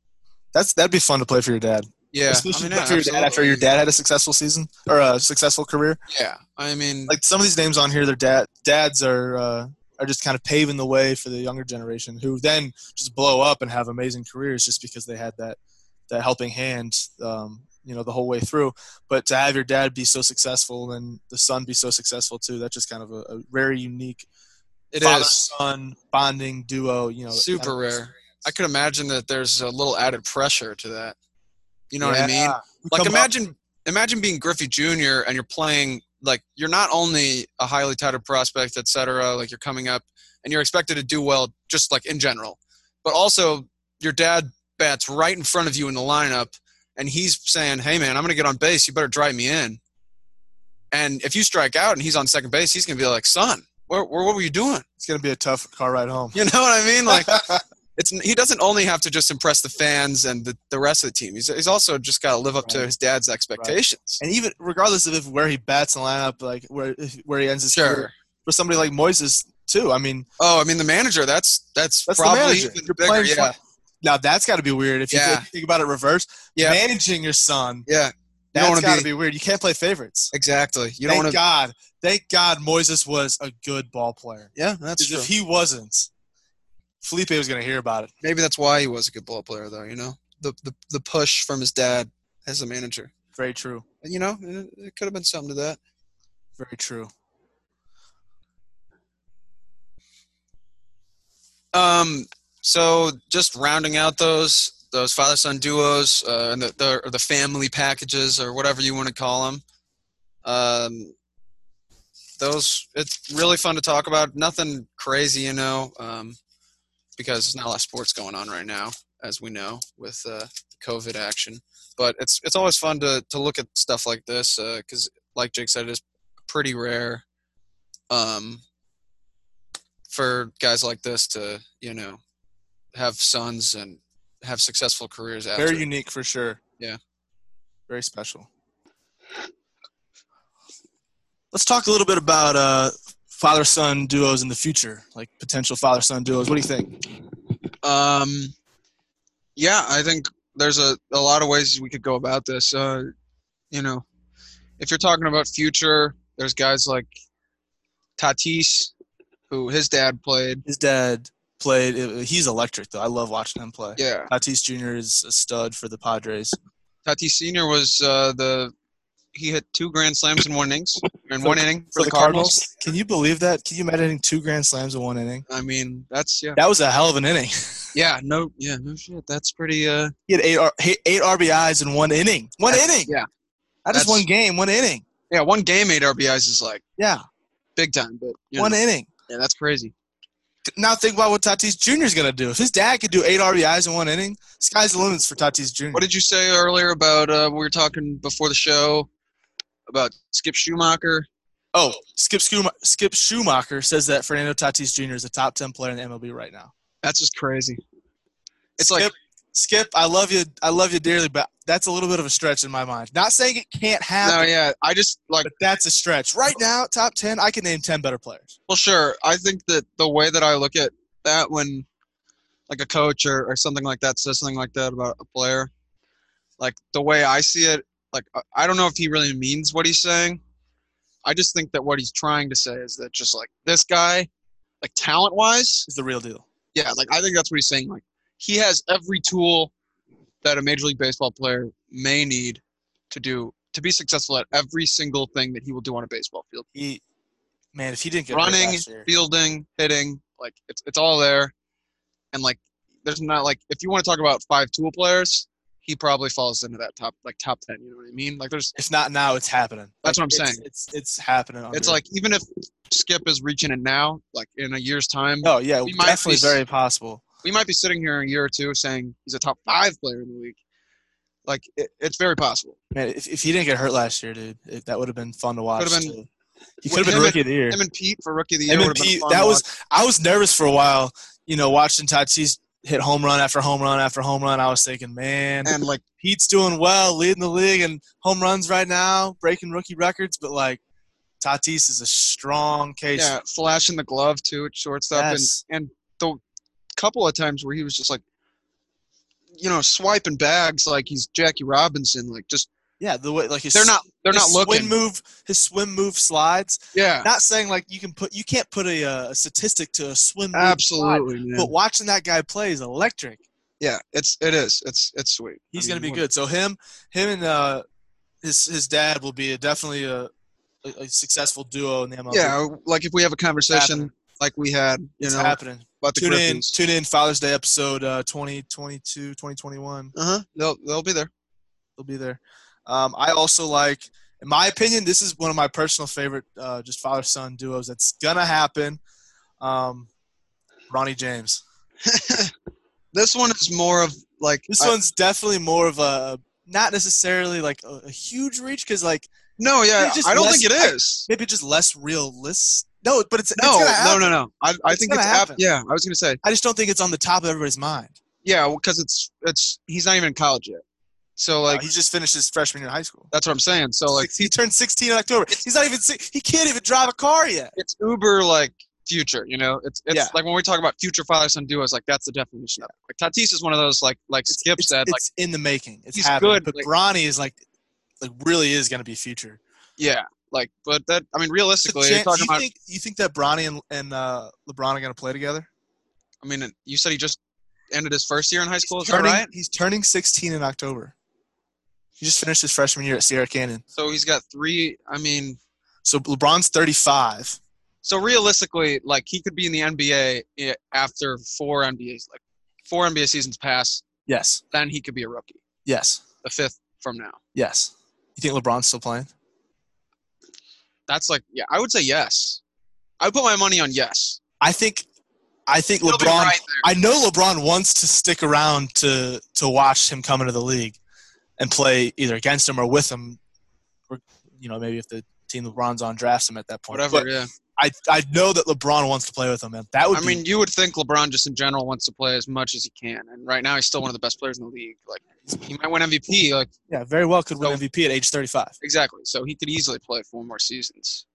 That's that'd be fun to play for your dad. Yeah, I Especially mean, after your dad, after your absolutely. dad had a successful season or a successful career. Yeah, I mean, Like some of these names on here, their dad dads are uh, are just kind of paving the way for the younger generation, who then just blow up and have amazing careers just because they had that that helping hand, um, you know, the whole way through. But to have your dad be so successful and the son be so successful too, that's just kind of a, a very unique it father is son bonding duo. You know, super kind of- rare. I could imagine that there's a little added pressure to that. You know what I mean? Yeah. Who Like come up- imagine imagine being Griffey Jr. and you're playing like you're not only a highly touted prospect, et cetera, like you're coming up and you're expected to do well just like in general. But also your dad bats right in front of you in the lineup and he's saying, Hey man, I'm gonna get on base, you better drive me in. And if you strike out and he's on second base, he's gonna be like, Son, where, where, what were you doing? it's gonna be a tough car ride home. You know what I mean? Like it's he doesn't only have to just impress the fans and the, the rest of the team. He's, he's also just got to live up to Right. his dad's expectations. and even regardless of if where he bats in the lineup, like where if, where he ends his career, Sure. for somebody like Moises too. I mean, Oh, I mean the manager. That's that's, That's the probably manager. even You're bigger. playing Yeah, front- now that's got to be weird if you, if Yeah. you think about it reverse. Yeah. managing your son. yeah, You don't That's wanna got to be- be weird. You can't play favorites. exactly. You don't thank want to. God, thank God, Moises was a good ball player. Yeah, that's 'Cause true. if he wasn't, Felipe was going to hear about it. Maybe that's why he was a good ball player, though. You know, the the, the push from his dad as a manager. Very true. You know, it, it could have been something to that. Very true. Um, so just rounding out those those father son duos uh, and the, the or the family packages or whatever you want to call them. Um, those it's really fun to talk about. Nothing crazy, you know, um, because there's not a lot of sports going on right now, as we know with uh, COVID action. But it's it's always fun to to look at stuff like this because, like Jake said, it is pretty rare. Um, for guys like this to you know have sons and have successful careers after. Very unique for sure. Yeah. Very special. Let's talk a little bit about uh, father son duos in the future, like potential father son duos. What do you think? um, yeah, I think there's a, a lot of ways we could go about this. Uh, you know, if you're talking about future, there's guys like Tatis, who his dad played. His dad played, uh, he's electric, though. I love watching him play. Yeah, Tatis Jr. is a stud for the Padres. Tatis Senior was uh, the he hit two grand slams in one innings in For- one inning for, the Cardinals. Can you believe that? Can you imagine hitting two grand slams in one inning? I mean, that's yeah, That was a hell of an inning. yeah, no, yeah, no shit. That's pretty. Uh, He had eight, R- eight RBIs in one inning. One That's- inning. yeah. Not just That's- one game, one inning. yeah, one game eight RBIs is like Yeah, big time, but you one know, inning. yeah, that's crazy. now think about what Tatis Jr. is going to do. If his dad could do eight RBIs in one inning, sky's the limits for Tatis Jr. What did you say earlier about uh, we were talking before the show about Skip Schumacher? oh, Skip, Schuma- Skip Schumacher says that Fernando Tatis Jr. is a top 10 player in the MLB right now. That's just crazy. It's Skip, like Skip, I love you. I love you dearly, but that's a little bit of a stretch in my mind. Not saying it can't no, happen, yeah. I just like but that's a stretch. Right now, top 10, I can name 10 better players. well, sure. I think that the way that I look at that when like a coach or, or something like that says something like that about a player, like the way I see it, like I- I don't know if he really means what he's saying. I just think that what he's trying to say is that just like this guy, like talent wise, Is the real deal. yeah, like I think that's what he's saying. Like he has every tool that a major league baseball player may need to do to be successful at every single thing that he will do on a baseball field. He, man, if he didn't get hurt Running, last year, fielding, hitting, like it's it's all there. And like there's not like if you want to talk about five tool players, he probably falls into that top like top ten, you know what I mean? Like there's if not now, it's happening. That's what I'm it's- saying. It's it's happening. it's under- like even if Skip is reaching it now, like in a year's time, oh yeah, we might be definitely s- very possible. we might be sitting here in a year or two saying he's a top five player in the league. Like it, it's very possible. Man, if, if he didn't get hurt last year, dude, it, that would have been fun to watch. Could've been- too. He Well, could have been him rookie of the year. Him and Pete for rookie of the year. Him and would've been Pete, fun that to was watch. I was nervous for a while. You know, watching Tatis hit home run after home run after home run, I was thinking, man, and like Pete's doing well, leading the league in home runs right now, breaking rookie records. But like, Tatis is a strong case. yeah, flashing the glove too at shortstop, Yes. and and the couple of times where he was just like you know, swiping bags like he's Jackie Robinson. Like just Yeah, the way like his they're not they're his not looking. Swim move, his swim move slides. Yeah, Not saying like you can put you can't put a, uh, a statistic to a swim. move slide, absolutely. man. but watching that guy play is electric. Yeah, it's it is. It's it's sweet. He's I gonna be mean, good. So him, him and uh, his his dad will be a, definitely a, a, a successful duo in the MLB. Yeah, like if we have a conversation happening. like we had, you it's know, happening. about the Tune in, Griffins. tune in. Father's Day episode uh, 2022, 2021. Uh huh. They'll they'll be there. They'll be there. Um, I also like, in my opinion, this is one of my personal favorite uh, just father son duos that's gonna happen. Um, Ronnie James. This one is more of like This I- one's definitely more of a not necessarily like a, a huge reach because like No, yeah, It's just I don't less- think it I- is. maybe just less realist. No, but it's No, it's gonna happen. no, no, no. I, I It's think gonna it's ab- happen. yeah. I was gonna say I just don't think it's on the top of everybody's mind. yeah, because it's it's he's not even in college yet. So Like like he just finished his freshman year of high school. that's what I'm saying. So like he turned 16 in October. He's not even si- he can't even drive a car yet. it's uber like future. You know, it's it's Yeah. like when we talk about future father son duos, like that's the definition of it. Like Tatis is one of those like like Skip it's, said, like it's in the making. It's he's happening. good, But like- Bronny is like, like really is going to be future. yeah, like but that I mean So realistically, you're Jan- talking you about. think you think that Bronny and, and uh, LeBron are going to play together? I mean, you said he just ended his first year in high school, is he's, that turning, right? he's turning 16 in October. He just finished his freshman year at Sierra Canyon. So he's got three. I mean, So LeBron's 35. So realistically, like he could be in the NBA i- eh, after four NBAs, like four NBA seasons pass, Yes. then he could be a rookie, Yes. the fifth from now. Yes. You think LeBron's still playing? That's like, yeah, I would say yes. I would put my money on yes. I think, I think He'll be LeBron. right there. I know LeBron wants to stick around to to watch him come into the league and play either against him or with him, or you know maybe if the team LeBron's on drafts him at that point. Whatever. But yeah. I I know that LeBron wants to play with him, and that would I be mean, you would think LeBron just in general wants to play as much as he can, and right now he's still one of the best players in the league. Like he might win MVP. Like yeah very well could win So- MVP at age 35. exactly. So he could easily play four more seasons.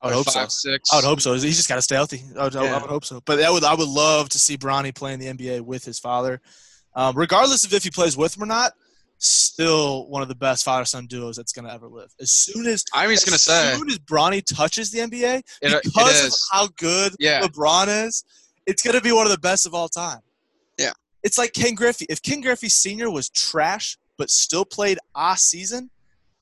I would Like, hope so. five, Six. I would hope so. He's just got to stay healthy. I would, I would- I Yeah. would hope so. But that would I would love to see Bronny playing the NBA with his father, um, regardless of if he plays with him or not. Still one of the best father son duos that's going to ever live. As soon as I'm just gonna as say soon as Bronny touches the NBA, it, it because of is. how good Yeah. LeBron is, it's going to be one of the best of all time. Yeah. It's like Ken Griffey. If Ken Griffey Sr. was trash but still played a season,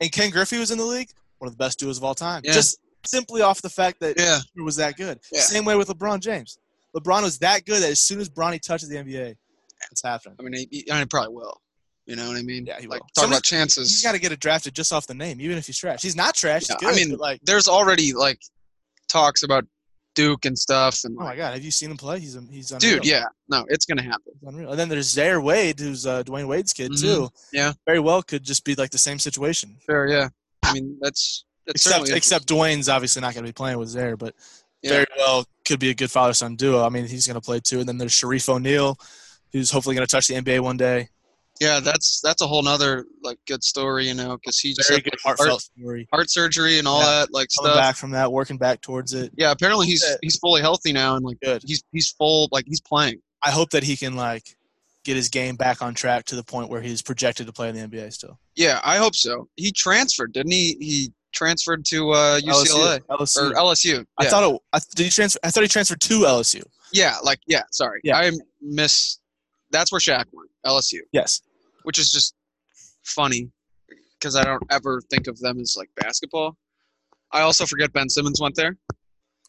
and Ken Griffey was in the league, one of the best duos of all time. Yeah. Just simply off the fact that Yeah. he was that good. Yeah. Same way with LeBron James. LeBron was that good that as soon as Bronny touches the NBA, it's happening. I mean, he, he- I mean, he probably will. You know what I mean? Yeah, he like, will. Talk Someone's- about chances. He's got to get it drafted just off the name, even if he's trash. He's not trash. He's Yeah, good. I mean, but, like, There's already like talks about Duke and stuff, and oh my like, God, have you seen him play? He's he's unreal. dude, yeah, no, it's gonna happen. It's unreal. And then there's Zaire Wade, who's uh, Dwayne Wade's kid Mhm. too. Yeah. very well could just be like the same situation. Sure, yeah. I mean, that's that's Except certainly- except Dwayne's obviously not going to be playing with Zaire, but Yeah. very well could be a good father son duo. I mean, he's going to play too. And then there's Sharif O'Neal, who's hopefully going to touch the NBA one day. yeah, that's that's a whole nother like good story, you know, because he just Very had, good like, heartfelt story. heart surgery and all Yeah. that like Coming stuff. back from that, working back towards it. Yeah, apparently he's Yeah. he's fully healthy now, and like Good. he's he's full, like he's playing. I hope that he can like get his game back on track to the point where he's projected to play in the NBA still. Yeah, I hope so. He transferred, didn't he? He transferred to uh, UCLA LSU. or LSU. I yeah. thought it, I, did he transfer? I thought he transferred to LSU. Yeah, like yeah, sorry. Yeah. I miss that's where Shaq went, LSU, Yes. which is just funny because I don't ever think of them as like basketball. I also forget Ben Simmons went there.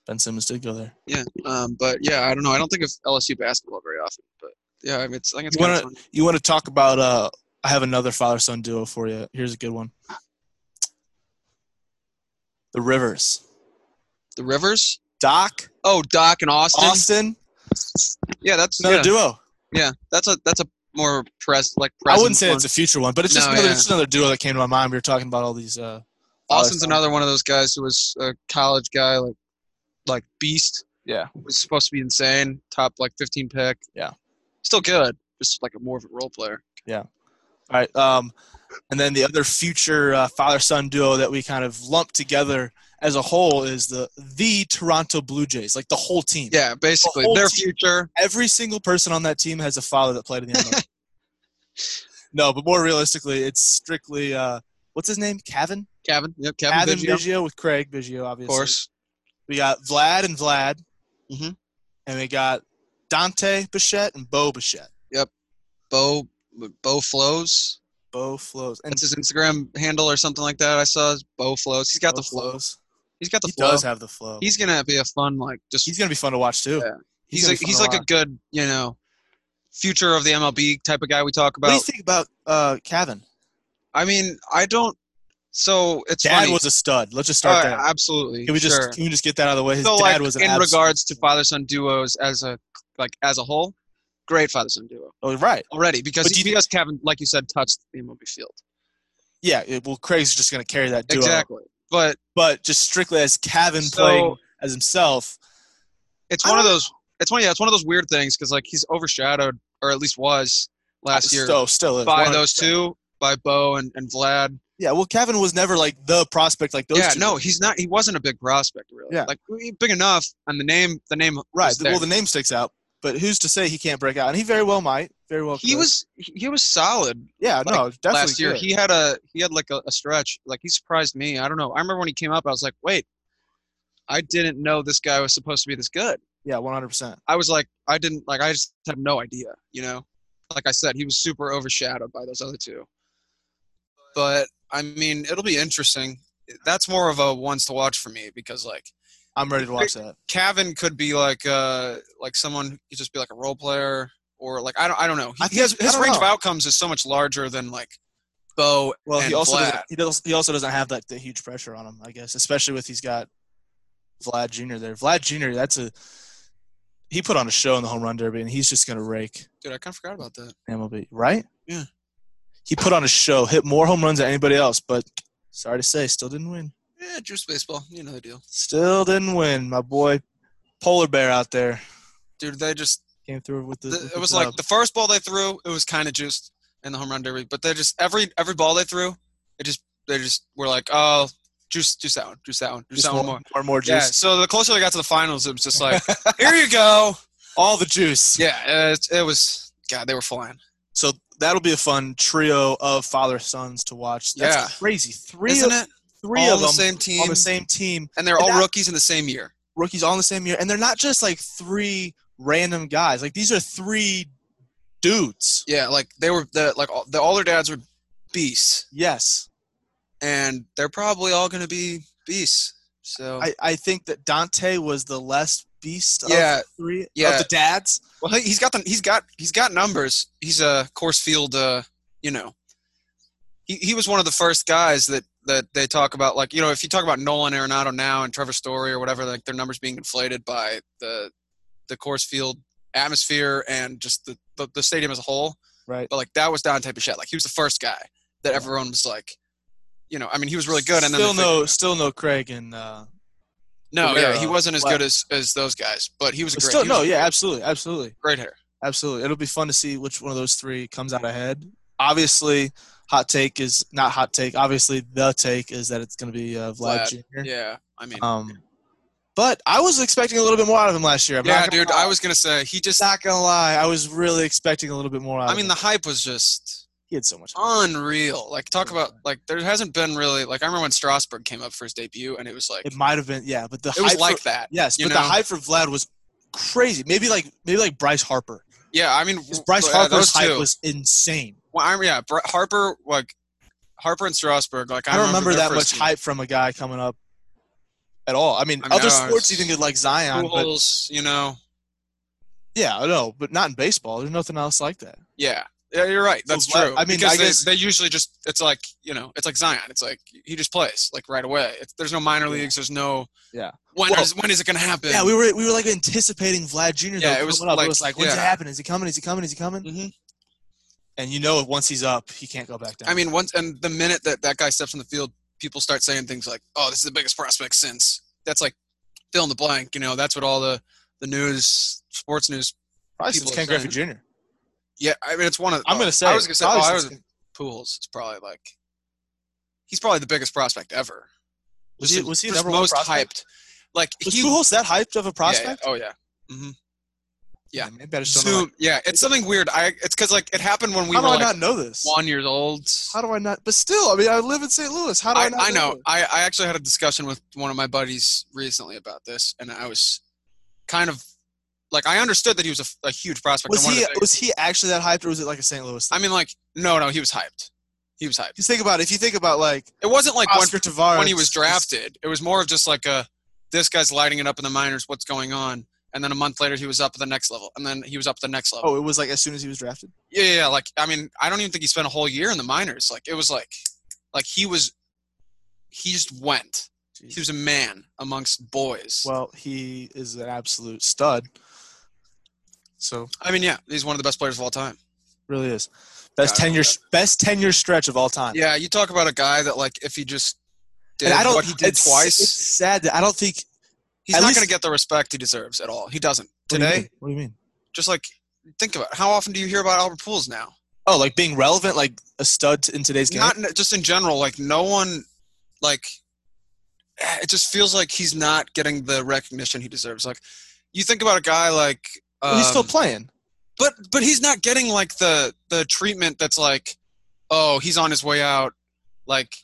Ben Simmons did go there. Yeah. Um, but yeah, I don't know. I don't think of LSU basketball very often, but yeah, I mean, it's, I think it's You kind of wanna- You want to talk about? Uh, I have another father son duo for you. Here's a good one. The Rivers, the Rivers. Doc Oh, Doc and Austin. Austin, Yeah, that's another yeah, duo. yeah, that's a that's a more press like I present wouldn't say one. it's a future one, but it's just No, another, yeah. it's another duo that came to my mind. We were talking about all these. Uh, Austin's Austin. another one of those guys who was a college guy, like like beast. Yeah. was supposed to be insane, top like 15 pick. Yeah. still good, just like a more of a role player. all right, um, and then the other future uh, father son duo that we kind of lumped together as a whole is the the Toronto Blue Jays, like the whole team. Yeah, basically whole their team. future. Every single person on that team has a father that played in the NBA. No, but more realistically, it's strictly uh, what's his name? Cavan. Kevin. Yep, Kevin Cavan Biggio, Biggio. with Craig Biggio, of obviously. course. We got Vlad and Vlad. Mhm. And we got Dante Bichette and Bo Bichette. Bo Bo Flows. Bo flows. And That's his Instagram handle or something like that. I saw is Bo Flows. He's got Bo the flow. flows. He's got the He flow. does have the flow. He's, he's gonna be a fun like just he's, gonna be fun to watch too. Yeah. he's gonna like be he's fun like to a good you know future of the MLB type of guy we talk What do you about. think about uh, Cavan? I mean, I don't. So it's Dad funny. was a stud. Let's just Oh, start yeah, there. absolutely. Can we just sure. can we just get that out of the way? His so dad like was an in abs- regards to father son duos as a like as a whole, great father son duo Oh, right. already because But do you- because Kevin like you said touched the MLB field Yeah. it- well, Craig's just gonna carry that duo. exactly. But But just strictly as Cavan So- playing as himself. it's I one of don't- those. It's one yeah. It's one of those weird things because like he's overshadowed or at least was last year Still, still is, by those 100%. two by Bo and, and Vlad. Yeah, well, Kevin was never like the prospect like those. yeah, two. no, he's not. He wasn't a big prospect really. Yeah. like he- big enough and the name the name right. was Well, there. the name sticks out, but who's to say he can't break out? And he very well might. Very well. he could. was he was solid Yeah, no, definitely. last year. good. He had a he had like a, a stretch. Like he surprised me. I don't know. I remember when he came up, I was like, wait, I didn't know this guy was supposed to be this good. yeah, one hundred percent. I was like, I didn't like. I just had no idea. You know, like I said, he was super overshadowed by those other two. But I mean, it'll be interesting. That's more of a once to watch for me because like I'm ready to watch that. Cavan could be like uh like someone who could just be like a role player or like I don't I don't know. He, I he has, think- I his don't range of know. outcomes is so much larger than like Bo. Well, he and also Vlad. doesn't, he does he also doesn't have that, that huge pressure on him, I guess, especially with he's got Vlad Jr. there. Vlad Jr. That's a he put on a show in the home run derby, and he's just gonna rake Dude, I kind of forgot about that. MLB, right? Yeah. He put on a show, hit more home runs than anybody else, but sorry to say, still didn't win. Yeah, juice baseball, you know the deal, Still didn't win, my boy. Polar bear out there dude. They just came through with the. th- with it the was like dub. the first ball they threw, it was kind of juiced in the home run derby, but they just every every ball they threw, it just they just were like, oh, juice juice that one, juice that one, juice just that more, one more. more and more Yeah. juice. So the closer they got to the finals, it was just like, here you go. All the juice. Yeah, it, it was. God, they were flying. So that'll be a fun trio of father sons to watch. That's Yeah. crazy. 3 Isn't of, it? three all of the them same team, on the same team, and they're and all that- rookies in the same year. rookies all in the same year, and they're not just like three random guys. Like these are three dudes. Yeah, like they were the like all, the, all their dads were beasts, Yes, and they're probably all gonna be beasts. So I, I think that Dante was the less beast. yeah, of three yeah. of the dads. well, he- he's got the he's got he's got numbers. He's a course field, uh, you know. He he was one of the first guys that that they talk about. Like you know, if you talk about Nolan Arenado now and Trevor Story or whatever, like their numbers being inflated by the the course field atmosphere and just the the, the stadium as a whole. Right. But like that was Dante Bichette. Like he was the first guy that everyone was like, you know, I mean, he was really good. And still then they no, figured- still no Craig and. Uh, no, Guerrero. yeah, he wasn't as Wow. good as as those guys, but he was a but great. still he was no, a yeah, absolutely, absolutely, great hair. absolutely. It'll be fun to see which one of those three comes out ahead. Obviously, hot take is not hot take. Obviously, the take is that it's going to be uh, Vlad, Vlad, Jr. Yeah, I mean, Um, but I was expecting a little bit more out of him last year. I'm yeah, not gonna dude, lie. I was gonna say he just. not gonna lie. I was really expecting a little bit more out. I of mean, him. the hype was just he had so much. unreal. Like, talk about like there hasn't been really like I remember when Strasburg came up for his debut, and it was like It it, might have been, yeah, but the was hype like for, that. yes, you but know? the hype for Vlad was crazy. Maybe like maybe like Bryce Harper. Yeah, I mean, 'Cause Bryce yeah, Harper's those hype two. was insane. Well, I'm, yeah, Br- Harper like Harper and Strasburg. Like I, I don't remember their that much first team. hype from a guy coming up at all. I mean, I mean, other I don't know, sports it's- you think of like Zion, but Pujols, you know. yeah, I know, but not in baseball. There's nothing else like that. Yeah. Yeah, you're right. So That's Vlad- true. I mean, because I guess- they, they usually just it's like you know it's like Zion. It's like he just plays like right away. It's, there's no minor Yeah. leagues. There's no Yeah. When Well- is- when is it gonna happen? Yeah, we were we were like anticipating Vlad Jr. Yeah, though, it was coming up. like- it was like, when's it yeah. happening? Is he coming? Is he coming? Is he coming? Mhm. And you know, once he's up, he can't go back down. I mean, once and the minute that that guy steps on the field, people start saying things like, "Oh, this is the biggest prospect since." That's like fill in the blank. You know, that's what all the the news, sports news. probably people since are Ken Griffey Jr. Yeah, I mean, it's one of. I'm gonna say I was gonna say. Oh, probably I since was Pujols. It's probably like he's probably the biggest prospect ever. Was Just he- the- was he just number one most prospect? hyped? Like Was he Pujols that hyped of a yeah, prospect? yeah. Oh yeah. hmm Yeah. maybe I just don't know. Zoom. Yeah, it's something weird. I it's because like it happened when we How do were I like not know this? one years old. How do I not? But still, I mean, I live in St. Louis. How do I, I, not? I know. this? I, I actually had a discussion with one of my buddies recently about this, and I was kind of like I understood that he was a f- a, huge prospect. Was and one of he the big- was he actually that hyped, or was it like a St. Louis thing? I mean, like no, no, he was hyped. He was hyped. Because think about it. If you think about like, It wasn't like when, Oscar Tavares when he was is- drafted. It was more of just like a this guy's lighting it up in the minors. What's going on? And then a month later, he was up at the next level, and then he was up at the next level. Oh, it was like as soon as he was drafted. Yeah, yeah, yeah, like I mean, I don't even think he spent a whole year in the minors. Like it was like, like he was, he just went. He was a man amongst boys. Well, he is an absolute stud. So I mean, yeah, he's one of the best players of all time. really is best Yeah, I ten year best ten year stretch of all time. Yeah, you talk about a guy that like if he just did and I don't. what he did it's, twice, It's sad that I don't think he's at not least- going to get the respect he deserves at all. He doesn't What do you today. mean? What do you mean? Just like think about it. how often do you hear about Albert Pools now? Oh, like being relevant, like a stud in today's game. Not in- just in general. Like no one, like eh, it just feels like he's not getting the recognition he deserves. Like you think about a guy like. Well, he's still um, playing. but but he's not getting like the the treatment that's like oh he's on his way out like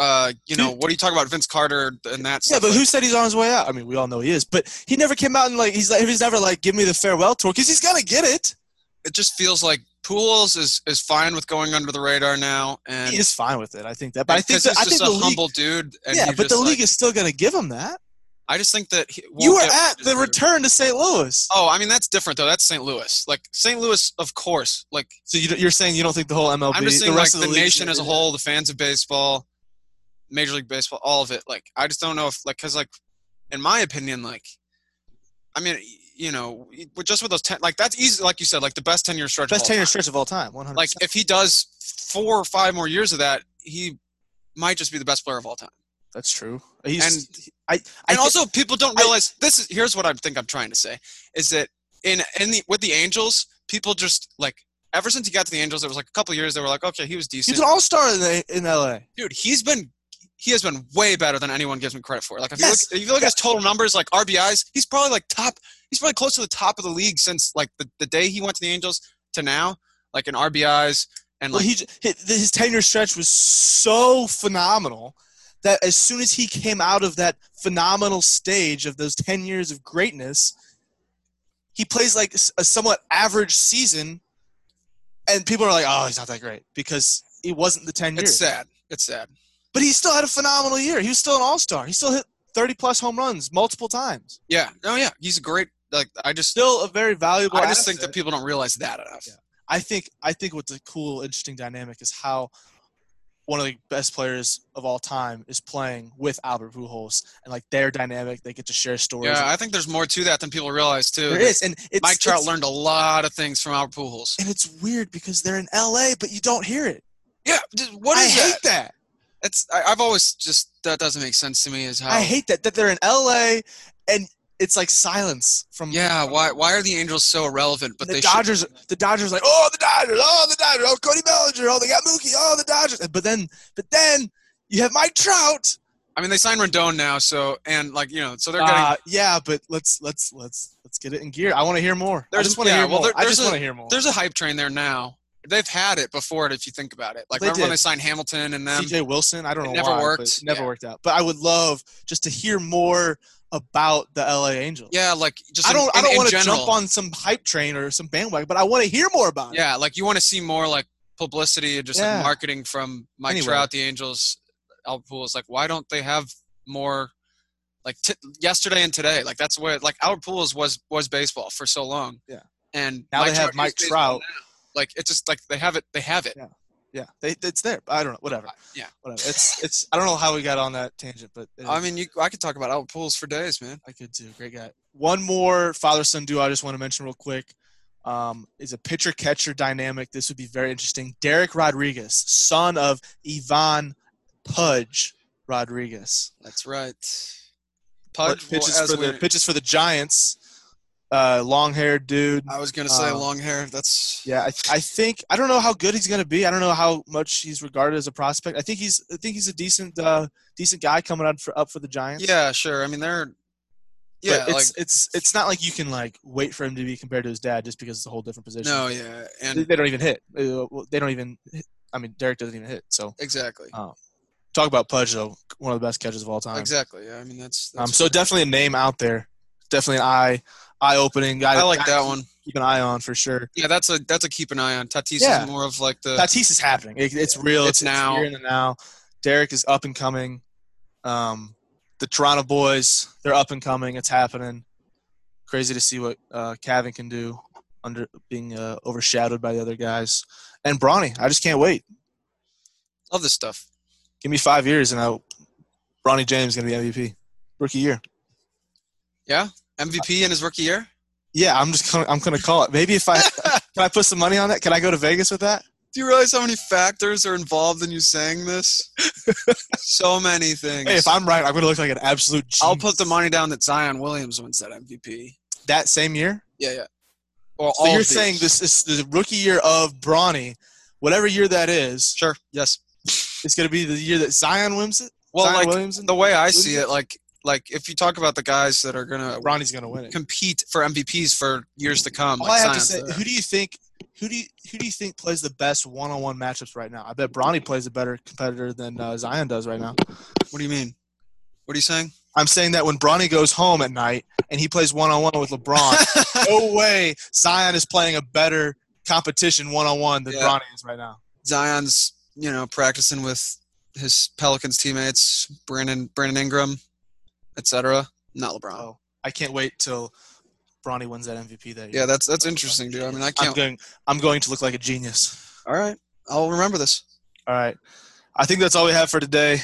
uh you know Dude. what do you talk about vince carter and that Yeah, stuff but like- who said he's on his way out? I mean, we all know he is, but he never came out and like he's like he's never like give me the farewell tour because he's gonna get it. it just feels like pools is is fine with going under the radar now and He is fine with it. I think that, but I think because that, he's I just think the a league. humble dude and yeah, he but just, the like- league is still gonna give him that. i just think that he won't You are get at the deserved. return to St. Louis. oh i mean that's different though that's st louis like st louis of course like So you, you're saying you don't think the whole MLB, i'm just saying the like rest the, of the, league- nation as a whole the fans of baseball major league baseball all of it like i just don't know if like because like in my opinion like i mean you know with- just with those 10 like that's easy like you said like the best 10 year stretch of best all tenure time. stretch of all time. 100. like if he does four or five more years of that he might just be the best player of all time that's true. He's, and- I, I and thi- also people don't I- realize this is here's what I think I'm trying to say is that in in the with the Angels, people just like ever since he got to the Angels, there was like a couple of years they were like, okay, he was decent. he's an all star in, the- in LA. Dude, he's been he has been way better than anyone gives him credit for. Like if Yes. you look if you look at his total numbers, like RBIs, he's probably like top he's probably close to the top of the league since like the, the day he went to the Angels to now, like in RBIs and Well, like he j- hi- his tenure stretch was so phenomenal that as soon as he came out of that phenomenal stage of those 10 years of greatness, he plays like s- a somewhat average season, and people are like, "Oh, he's not that great," because he wasn't the 10 it's years. sad. It's sad. But he still had a phenomenal year. He was still an all star. He still hit 30 plus home runs multiple times. Yeah. Oh yeah. He's a great like I just Still a very valuable. I just think asset. that people don't realize that enough. Yeah. I think I think what's a cool, interesting dynamic is how one of the best players of all time is playing with Albert Pujols, and like their dynamic, they get to share stories. Yeah, I think there's more to that than people realize too. there is, and it's Mike Trout it's- learned a lot of things from Albert Pujols. and it's weird because they're in L.A., but you don't hear it. Yeah, d- what I is hate that? that. It's I, I've always just that doesn't make sense to me. Is how I hate that that they're in L.A. and it's like silence from Yeah, why why are the Angels so irrelevant? But the they should, Dodgers, the Dodgers, like oh the Dodgers, oh the Dodgers, oh Cody Bellinger, oh they got Mookie, oh the Dodgers, but then but then you have Mike Trout, I mean they signed Rendon now, so and like you know, so they're getting. Uh, yeah, but let's let's let's let's get it in gear. I want to hear more. I There's- just want to yeah, hear well, more. there- I there's just a- want to hear more. there's a hype train there now. They've had it before, if you think about it. Like They remember when did. they signed Hamilton and them? CJ Wilson. I don't it know never why, but worked. it never Yeah. worked out. But I would love just to hear more about the LA Angels. Yeah, like just I in- don't I in- don't in want to general. jump on some hype train or some bandwagon, but I want to hear more about it. Yeah, like you want to see more like publicity and just Yeah. like marketing from Mike Anyway. Trout, the Angels, Albert Pujols. Like, why don't they have more? Like t- yesterday and today, like that's where like Albert Pujols was was baseball for so long. Yeah. And Now they have is Mike Trout. baseball now. Like it's just like they have it. They have it. Yeah. Yeah, they, it's there. I don't know. Whatever. yeah. Whatever. It's it's. I don't know how we got on that tangent, but it I is- mean, you I could talk about Albert Pujols for days, man. I could too. Great guy. One more father son duo I just want to mention real quick um, is a pitcher catcher dynamic. This would be very interesting. Derek Rodriguez, son of Ivan Pudge Rodriguez, That's right. What Pudge pitches as for the we- pitches for the Giants. Uh, long haired dude. I was gonna say um, long hair. That's Yeah, I, I think I don't know how good he's going to be. I don't know how much he's regarded as a prospect. I think he's I think he's a decent uh, decent guy coming up for up for the Giants. Yeah, sure. I mean, they're Yeah, Yeah, it's it's it's not like you can like wait for him to be compared to his dad just because it's a whole different like position. no, yeah, they and they don't even hit. Uh, well, They don't even. Hit. I mean, Derek doesn't even hit. So exactly, talk about Pudge though, one of the best catches of all time. exactly. Yeah, I mean that's, Um, that's so definitely a name out there. Definitely an eye eye opening guy. I to like that one. Keep an eye on for sure. Yeah, that's a that's a keep an eye on. Tatis Yeah. is more of like the Tatis is happening. It, it's real. It's now. here and now. Derek is up and coming. Um, the Toronto boys, they're up and coming. It's happening. Crazy to see what uh, Cavan can do under being uh, overshadowed by the other guys. And Bronny, I just can't wait. love this stuff. Give me five years, and I, Bronny James is gonna be MVP, rookie year. MVP Uh, in his rookie year. Yeah, I'm just gonna, I'm gonna call it. Maybe if I can I put some money on that. Can I go to Vegas with that? Do you realize how many factors are involved in you saying this? so many things. Hey, if I'm right, I'm gonna look like an absolute. I'll genius. put the money down that Zion Williams wins that MVP. that same year. Yeah, yeah. Or So all you're of these. saying this is the rookie year of Brawny, whatever year that is, Sure. Yes. it's going to be the year that Zion wins it. Well, Zion like Williams the way I see it, like like if you talk about the guys that are gonna Uh, Bronny's going to win it. compete for MVPs for years to come, All like I have to say, Zion's there. who do you think? Who do you, who do you think plays the best one-on-one matchups right now? I bet Bronny plays a better competitor than uh, Zion does right now. what do you mean? What are you saying? I'm saying that when Bronny goes home at night and he plays one-on-one with LeBron, no way Zion is playing a better competition one-on-one than Yeah. Bronny is right now. Zion's you know practicing with his Pelicans teammates, Brandon Brandon Ingram, etc. Not LeBron. Oh, I can't wait till Bronny wins that MVP that year. Yeah, that's that's interesting, dude. I mean, I I'm can't. going. I'm going to look like a genius. All right, I'll remember this. All right. I think that's all we have for today.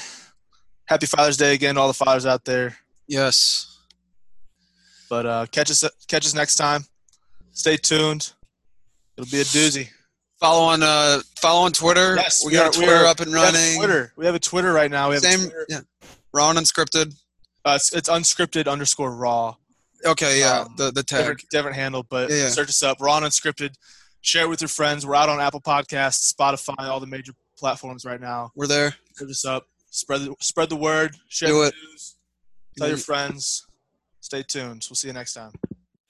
Happy Father's Day again, to all the fathers out there. Yes. But uh, catch us catch us next time. Stay tuned. It'll be a doozy. Follow on uh follow on Twitter. we, got a we Twitter are- up and we have a running. Twitter. We have a Twitter right now. We have a Same. Twitter. Yeah. Ron unscripted. Uh, it's, it's unscripted underscore raw. Okay. Yeah. Um, the the tag. Different, different handle, but Yeah, yeah. search us up. We're on unscripted. Share it with your friends. We're out on Apple Podcasts, Spotify, all the major platforms right now. We're there. Search us up. Spread the, spread the word. Share Do the it. news. Tell your friends. Stay tuned. We'll see you next time.